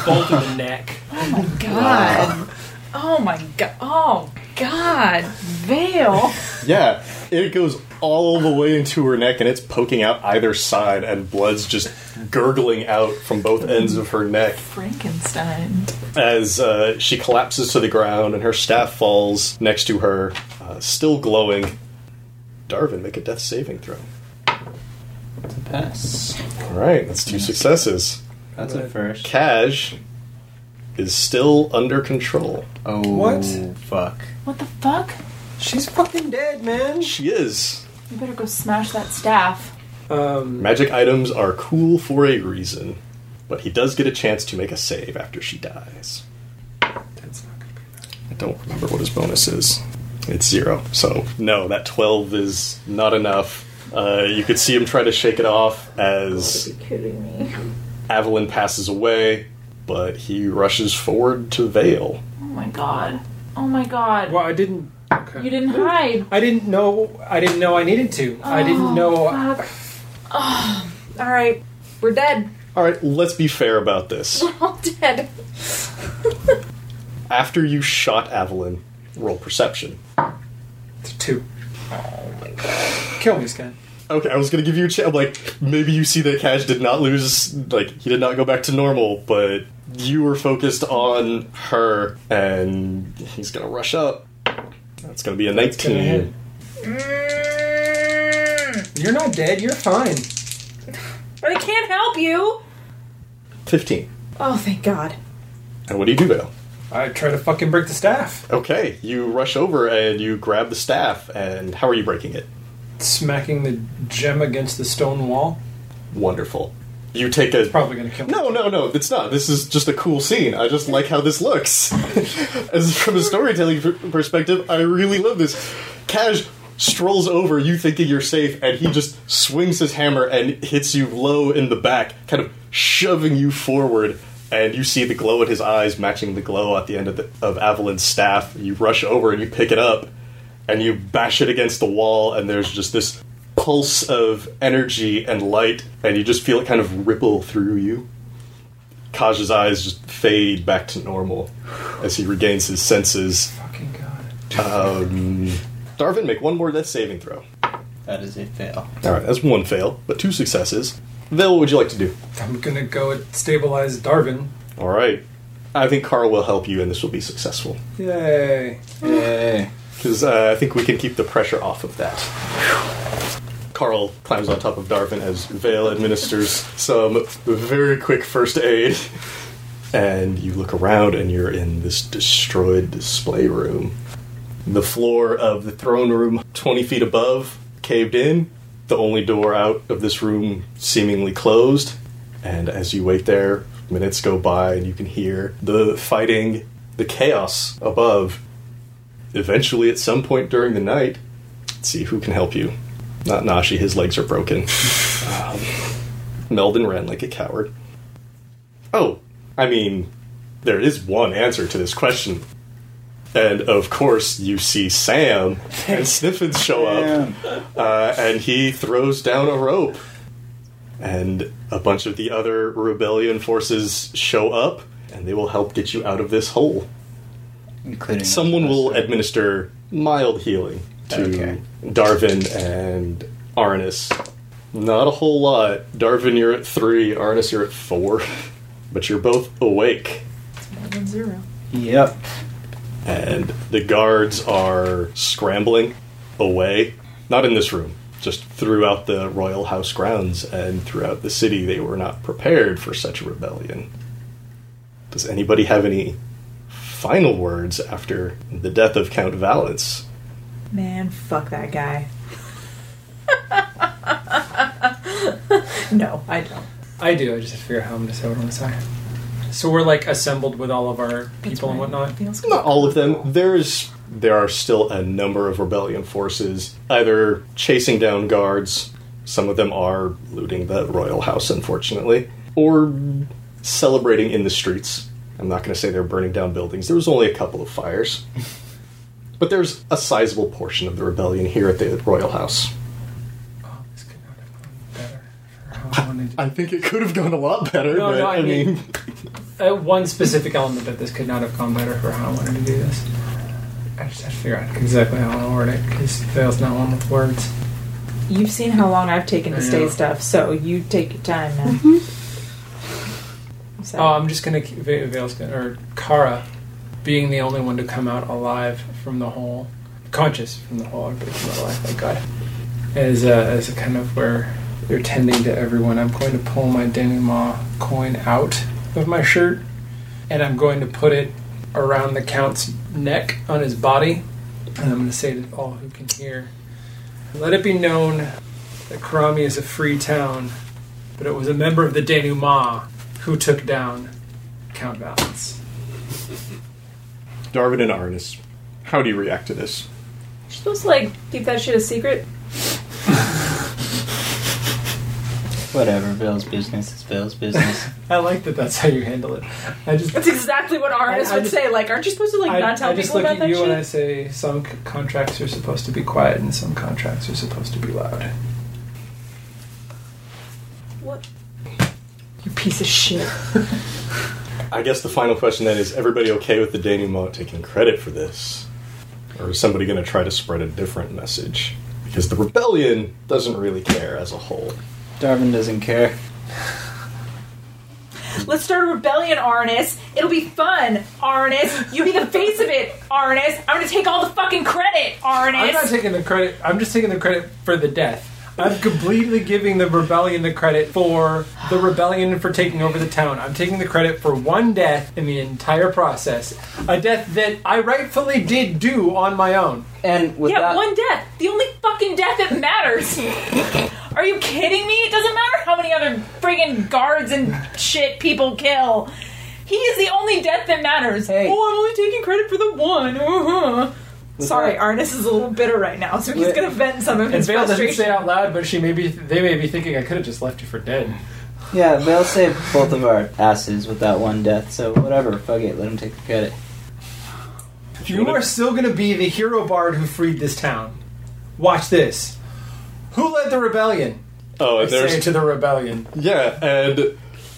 [SPEAKER 3] bolt in the neck.
[SPEAKER 8] oh my god. Oh my god. Oh god. Veil.
[SPEAKER 1] Yeah, it goes all the way into her neck and it's poking out either side, and blood's just gurgling out from both ends of her neck.
[SPEAKER 8] Frankenstein.
[SPEAKER 1] as uh, she collapses to the ground and her staff falls next to her, uh, still glowing. Darvin, make a death saving throw.
[SPEAKER 9] It's a pass.
[SPEAKER 1] All right, that's two successes.
[SPEAKER 9] That's a first.
[SPEAKER 1] Kaj is still under control.
[SPEAKER 9] Oh,
[SPEAKER 3] What?
[SPEAKER 9] fuck.
[SPEAKER 8] What the fuck?
[SPEAKER 3] She's fucking dead, man.
[SPEAKER 1] She is.
[SPEAKER 8] You better go smash that staff.
[SPEAKER 3] Um,
[SPEAKER 1] Magic items are cool for a reason, but he does get a chance to make a save after she dies.
[SPEAKER 3] that's not gonna be
[SPEAKER 1] I don't remember what his bonus is. It's zero. So, no, that 12 is not enough. Uh, you could see him try to shake it off as
[SPEAKER 8] kidding me.
[SPEAKER 1] Avalon passes away, but he rushes forward to Vale.
[SPEAKER 8] Oh my god. Oh my god.
[SPEAKER 3] Well, I didn't. Okay.
[SPEAKER 8] You didn't hide.
[SPEAKER 3] I didn't know. I didn't know I needed to. I didn't know.
[SPEAKER 8] Fuck. Oh, all right. We're dead.
[SPEAKER 1] All right, let's be fair about this.
[SPEAKER 8] We're all dead.
[SPEAKER 1] After you shot Avalon, roll perception.
[SPEAKER 3] It's a two. Oh my god. Kill me, Sky.
[SPEAKER 1] Okay, I was gonna give you a chance. Like, maybe you see that Cash did not lose, like, he did not go back to normal, but you were focused on her, and he's gonna rush up. That's gonna be a 19.
[SPEAKER 8] Mm.
[SPEAKER 3] You're not dead. You're fine.
[SPEAKER 8] But I can't help you.
[SPEAKER 1] 15.
[SPEAKER 8] Oh, thank God.
[SPEAKER 1] And what do you do, Vale?
[SPEAKER 3] I try to fucking break the staff.
[SPEAKER 1] Okay, you rush over and you grab the staff, and how are you breaking it?
[SPEAKER 3] Smacking the gem against the stone wall.
[SPEAKER 1] Wonderful. You take a.
[SPEAKER 3] Probably gonna kill me.
[SPEAKER 1] No, no, no, it's not. This is just a cool scene. I just like how this looks. As from a storytelling per- perspective, I really love this. Cash strolls over, you thinking you're safe, and he just swings his hammer and hits you low in the back, kind of shoving you forward. And you see the glow in his eyes matching the glow at the end of, the, of Avalon's staff. You rush over and you pick it up, and you bash it against the wall, and there's just this pulse of energy and light, and you just feel it kind of ripple through you. Kaj's eyes just fade back to normal as he regains his senses.
[SPEAKER 3] Fucking god.
[SPEAKER 1] Um, Darvin, make one more death saving throw.
[SPEAKER 9] That is a fail.
[SPEAKER 1] All right, that's one fail, but two successes. Vale, what would you like to do?
[SPEAKER 3] I'm gonna go and stabilize Darvin.
[SPEAKER 1] All right, I think Carl will help you, and this will be successful
[SPEAKER 3] Yay.
[SPEAKER 9] Yay.
[SPEAKER 1] because uh, I think we can keep the pressure off of that. Carl climbs on top of Darvin as Vale administers some very quick first aid, and you look around, and you're in this destroyed display room. The floor of the throne room, 20 feet above, caved in. The only door out of this room seemingly closed. And as you wait there, minutes go by and you can hear the fighting, the chaos above. Eventually, at some point during the night, let's see who can help you. Not Nashi, his legs are broken. um, Meldon ran like a coward. Oh, I mean, there is one answer to this question. And of course, you see Sam and Sniffins show up, uh, and he throws down a rope. And a bunch of the other rebellion forces show up, and they will help get you out of this hole.
[SPEAKER 9] Including
[SPEAKER 1] Someone will administer mild healing to
[SPEAKER 9] Okay.
[SPEAKER 1] Darvin and Arnis. Not a whole lot. Darvin, you're at three. Arnis, you're at four. But you're both awake.
[SPEAKER 8] It's more than zero.
[SPEAKER 9] Yep.
[SPEAKER 1] and the guards are scrambling away. Not in this room, just throughout the royal house grounds and throughout the city. They were not prepared for such a rebellion. Does anybody have any final words after the death of Count Valence?
[SPEAKER 8] Man, fuck that guy. no, I don't.
[SPEAKER 3] I do, I just have to figure out how I'm gonna say what I'm gonna say. So we're like assembled with all of our people and whatnot.
[SPEAKER 8] Feels good.
[SPEAKER 1] Not all of them. There's there are still a number of rebellion forces either chasing down guards. Some of them are looting the royal house, unfortunately, or celebrating in the streets. I'm not going to say they're burning down buildings. There was only a couple of fires, but there's a sizable portion of the rebellion here at the royal house.
[SPEAKER 3] Oh, this could not have gone better for how I wanted
[SPEAKER 1] I think it could have gone a lot better,
[SPEAKER 3] No,
[SPEAKER 1] but
[SPEAKER 3] no,
[SPEAKER 1] I,
[SPEAKER 3] I
[SPEAKER 1] mean,
[SPEAKER 3] mean- uh, one specific element of this could not have gone better for how I wanted to do this. I just have to figure out exactly how I want to word it because Vale's not one with words.
[SPEAKER 8] You've seen how long I've taken to
[SPEAKER 3] I
[SPEAKER 8] stay
[SPEAKER 3] know.
[SPEAKER 8] stuff, so you take your time now. So,
[SPEAKER 3] Oh, I'm just gonna keep Va- Vale's gonna or Kara being the only one to come out alive from the hole, conscious from the hole. Everybody came out alive, thank God. As uh, as a kind of where they're tending to everyone, I'm going to pull my denouement coin out of my shirt, and I'm going to put it around the count's neck on his body, and I'm going to say to all who can hear, let it be known that Karami is a free town, but it was a member of the denouement who took down Count Valance.
[SPEAKER 1] Darwin and Arnis, how do you react to this?
[SPEAKER 8] You're supposed to like keep that shit a secret.
[SPEAKER 9] Whatever. Bill's business is Bill's business.
[SPEAKER 3] I like that. That's how you handle it. I just.
[SPEAKER 8] That's exactly what artists
[SPEAKER 3] I- I
[SPEAKER 8] would
[SPEAKER 3] just-
[SPEAKER 8] say. Like, aren't you supposed to like
[SPEAKER 3] I,
[SPEAKER 8] not tell
[SPEAKER 3] I just
[SPEAKER 8] people
[SPEAKER 3] look
[SPEAKER 8] about
[SPEAKER 3] at
[SPEAKER 8] that
[SPEAKER 3] you and I
[SPEAKER 8] shit?
[SPEAKER 3] say some c- contracts are supposed to be quiet and some contracts are supposed to be loud.
[SPEAKER 8] What? You piece of shit.
[SPEAKER 1] I guess the final question then is everybody okay with the denouement taking credit for this? Or is somebody going to try to spread a different message? Because the rebellion doesn't really care as a whole.
[SPEAKER 9] Darwin doesn't care.
[SPEAKER 8] Let's start a rebellion, Arnis. It'll be fun, Arnis. You be the face of it, Arnis. I'm gonna take all the fucking credit, Arnis.
[SPEAKER 3] I'm not taking the credit. I'm just taking the credit for the death. I'm completely giving the rebellion the credit for the rebellion for taking over the town. I'm taking the credit for one death in the entire process. A death that I rightfully did do on my own.
[SPEAKER 9] And with
[SPEAKER 2] yeah,
[SPEAKER 9] that,
[SPEAKER 2] one death. The only fucking death that matters. Are you kidding me? It doesn't matter how many other friggin' guards and shit people kill. He is the only death that matters.
[SPEAKER 9] Hey.
[SPEAKER 2] Oh, I'm only taking credit for the one. Uh-huh. Sorry,
[SPEAKER 9] that-
[SPEAKER 2] Arnis is a little bitter right now, so he's
[SPEAKER 9] With-
[SPEAKER 2] gonna vent some of
[SPEAKER 3] And
[SPEAKER 2] his
[SPEAKER 3] Vale doesn't say it
[SPEAKER 2] frustration.
[SPEAKER 3] out loud, but she may be, they may be thinking I could have just left you for dead.
[SPEAKER 9] yeah, they'll save both of our asses with that one death. So whatever, fuck it, let him take the credit.
[SPEAKER 3] You are still going to be the hero bard who freed this town. Watch this. Who led the rebellion?
[SPEAKER 1] Oh,
[SPEAKER 3] I
[SPEAKER 1] and
[SPEAKER 3] say
[SPEAKER 1] there's
[SPEAKER 3] to the rebellion.
[SPEAKER 1] yeah, and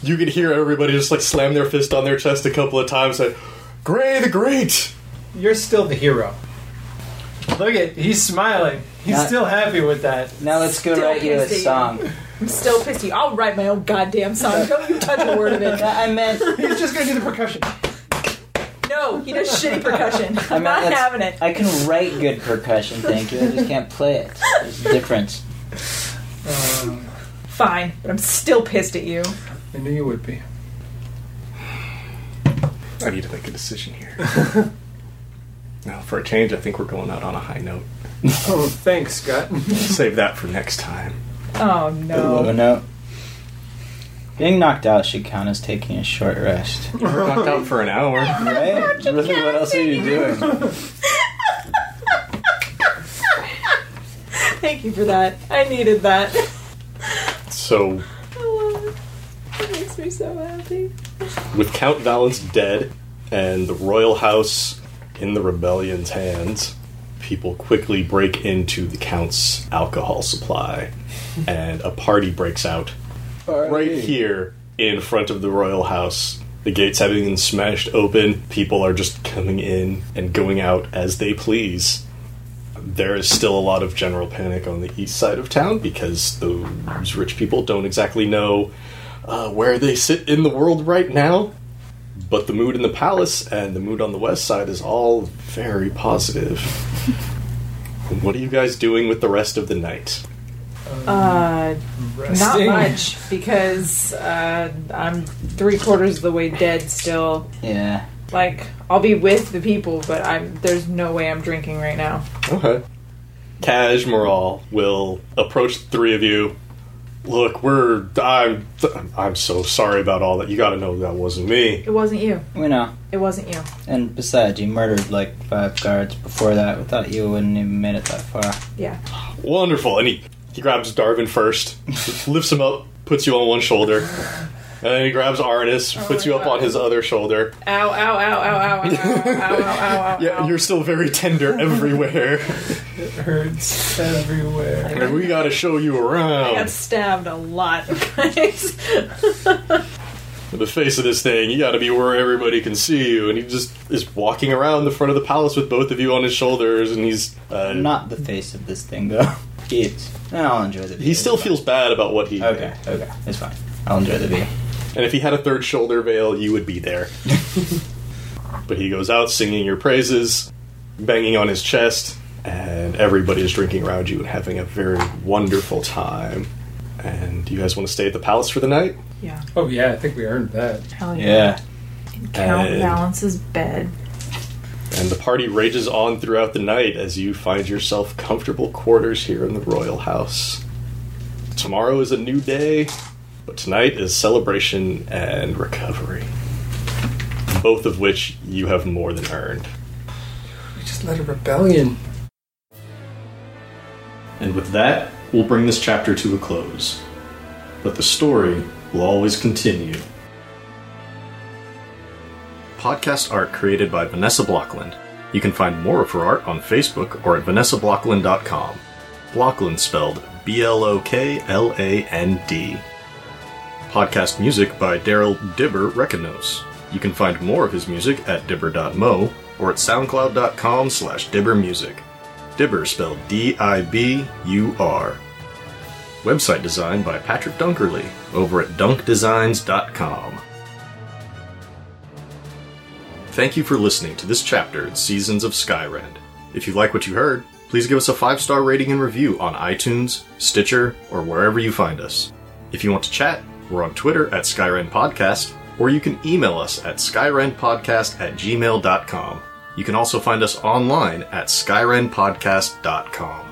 [SPEAKER 1] you could hear everybody just like slam their fist on their chest a couple of times. Like, Gray the Great.
[SPEAKER 3] You're still the hero. Look at he's smiling. He's
[SPEAKER 9] Not-
[SPEAKER 3] still happy with that.
[SPEAKER 9] Now let's go
[SPEAKER 2] Still
[SPEAKER 9] write you a
[SPEAKER 2] missing.
[SPEAKER 9] song.
[SPEAKER 2] I'm still pissed. at You. I'll write my own goddamn song. Don't you touch a word of it.
[SPEAKER 9] I meant,
[SPEAKER 3] He's just gonna do the percussion.
[SPEAKER 2] No, he does shitty percussion.
[SPEAKER 9] I
[SPEAKER 2] I'm
[SPEAKER 9] meant
[SPEAKER 2] not
[SPEAKER 9] that's-
[SPEAKER 2] having it.
[SPEAKER 9] I can write good percussion, thank you. I just can't play it. There's a difference.
[SPEAKER 3] Um,
[SPEAKER 2] Fine, but I'm still pissed at you.
[SPEAKER 3] I knew you would be.
[SPEAKER 1] I need to make a decision here. now, for a change, I think we're going out on a high note.
[SPEAKER 3] Oh, thanks, Scott.
[SPEAKER 1] Save that for next time.
[SPEAKER 2] Oh
[SPEAKER 9] Low
[SPEAKER 2] no.
[SPEAKER 9] note. Being knocked out should count as taking a short rest.
[SPEAKER 1] We're knocked out for an hour.
[SPEAKER 9] Right? Really, what else are you doing?
[SPEAKER 2] Thank you for that. I needed that.
[SPEAKER 1] So,
[SPEAKER 2] I love it. It makes me so happy.
[SPEAKER 1] with Count Valence dead and the royal house in the rebellion's hands, people quickly break into the Count's alcohol supply, and a party breaks out right here in front of the royal house. The gates having been smashed open, people are just coming in and going out as they please. There is still a lot of general panic on the east side of town because those rich people don't exactly know uh, where they sit in the world right now. But the mood in the palace and the mood on the west side is all very positive. what are you guys doing with the rest of the night?
[SPEAKER 8] Uh, not
[SPEAKER 3] Resting.
[SPEAKER 8] much because uh, I'm three quarters of the way dead still.
[SPEAKER 9] Yeah.
[SPEAKER 8] Like I'll be with the people, but I'm there's no way I'm drinking right now.
[SPEAKER 1] Okay. Cash Moral will approach the three of you. Look, we're I'm I'm so sorry about all that. You got to know that wasn't me.
[SPEAKER 8] It wasn't you.
[SPEAKER 9] We know.
[SPEAKER 8] It wasn't you.
[SPEAKER 9] And besides, you murdered like five guards before that. Without you, we wouldn't even made it that far.
[SPEAKER 8] Yeah.
[SPEAKER 1] Wonderful. And he he grabs Darvin first, lifts him up, puts you on one shoulder. And then he grabs Arnis, puts
[SPEAKER 8] Oh my
[SPEAKER 1] you up
[SPEAKER 8] God.
[SPEAKER 1] on his other shoulder.
[SPEAKER 8] Ow! Ow! Ow! Ow! Ow! Ow! Ow! Ow! Ow! Ow!
[SPEAKER 1] Yeah,
[SPEAKER 8] ow.
[SPEAKER 1] you're still very tender everywhere.
[SPEAKER 3] It hurts everywhere.
[SPEAKER 1] and we got to show you
[SPEAKER 8] I got
[SPEAKER 1] around.
[SPEAKER 8] stabbed a lot, guys.
[SPEAKER 1] For the face of this thing, you got to be where everybody can see you. And he just is walking around the front of the palace with both of you on his shoulders, and he's uh,
[SPEAKER 9] Not the face of this thing, though. It's. And I'll enjoy the video.
[SPEAKER 1] He still feels bad about what he
[SPEAKER 9] Okay, okay. It's fine. I'll enjoy the video.
[SPEAKER 1] And if he had a third shoulder veil, you would be there. but he goes out singing your praises, banging on his chest, and everybody is drinking around you and having a very wonderful time. And you guys want to stay at the palace for the night?
[SPEAKER 8] yeah.
[SPEAKER 3] Oh yeah, I think we earned that.
[SPEAKER 8] Hell
[SPEAKER 9] Yeah.
[SPEAKER 8] Count
[SPEAKER 1] And-
[SPEAKER 8] Valence's bed.
[SPEAKER 1] And the party rages on throughout the night as you find yourself comfortable quarters here in the royal house. Tomorrow is a new day, but tonight is celebration and recovery. Both of which you have more than earned.
[SPEAKER 3] We just led a rebellion.
[SPEAKER 10] And with that, we'll bring this chapter to a close. But the story will always continue. Podcast art created by Vanessa Blockland. You can find more of her art on Facebook or at vanessablockland.com. Blockland spelled B L O K L A N D. Podcast music by Daryl Dibber Reconos. You can find more of his music at dibber.mo or at soundcloud.com slash dibbermusic. Dibber spelled D I B U R. Website design by Patrick Dunkerley over at dunkdesigns.com. Thank you for listening to this chapter in Seasons of Skyrend. If you like what you heard,
[SPEAKER 1] Please give us a five star rating and review on iTunes, Stitcher, or wherever you find us. If you want to chat, we're on Twitter at Skyren Podcast, or you can email us at skyrenpodcast at gmail.com. You can also find us online at skyrenpodcast.com.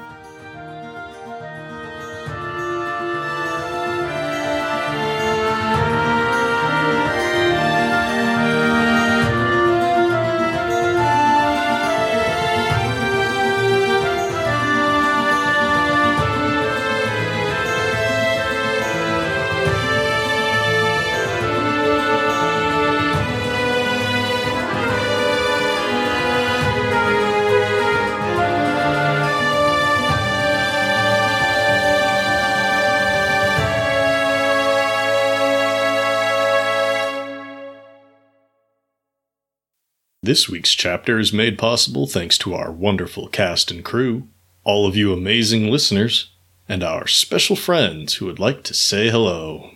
[SPEAKER 10] This week's chapter is made possible thanks to our wonderful cast and crew, all of you amazing listeners, and our special friends who would like to say hello.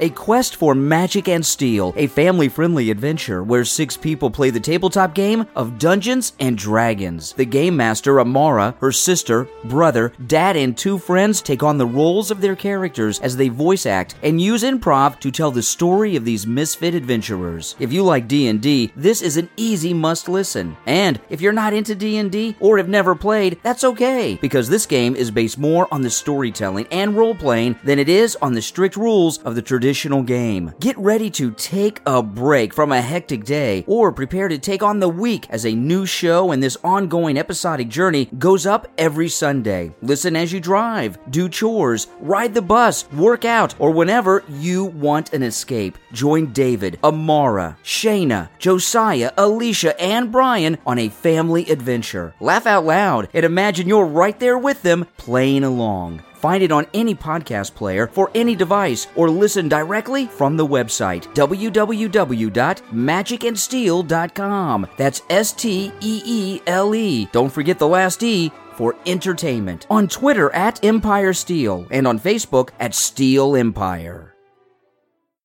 [SPEAKER 11] A quest for magic and steel, a family friendly adventure where six people play the tabletop game of Dungeons and Dragons. The game master, Amara, her sister, brother, dad, and two friends take on the roles of their characters as they voice act and use improv to tell the story of these misfit adventurers. If you like D&D, this is an easy must listen. And if you're not into D&D or have never played, that's okay because this game is based more on the storytelling and role playing than it is on the strict rules of the traditional game. Get ready to take a break from a hectic day or prepare to take on the week as a new show and this ongoing episodic journey goes up every Sunday. Listen as you drive, do chores, ride the bus, work out, or whenever you want an escape. Join David, Amara, Shayna, Josiah, Alicia, and Brian on a family adventure. Laugh out loud and imagine you're right there with them playing along. Find it on any podcast player for any device or listen directly from the website www.magicandsteel.com. That's S T E E L E. Don't forget the last E for entertainment. On Twitter at Empire Steel and on Facebook at Steel Empire.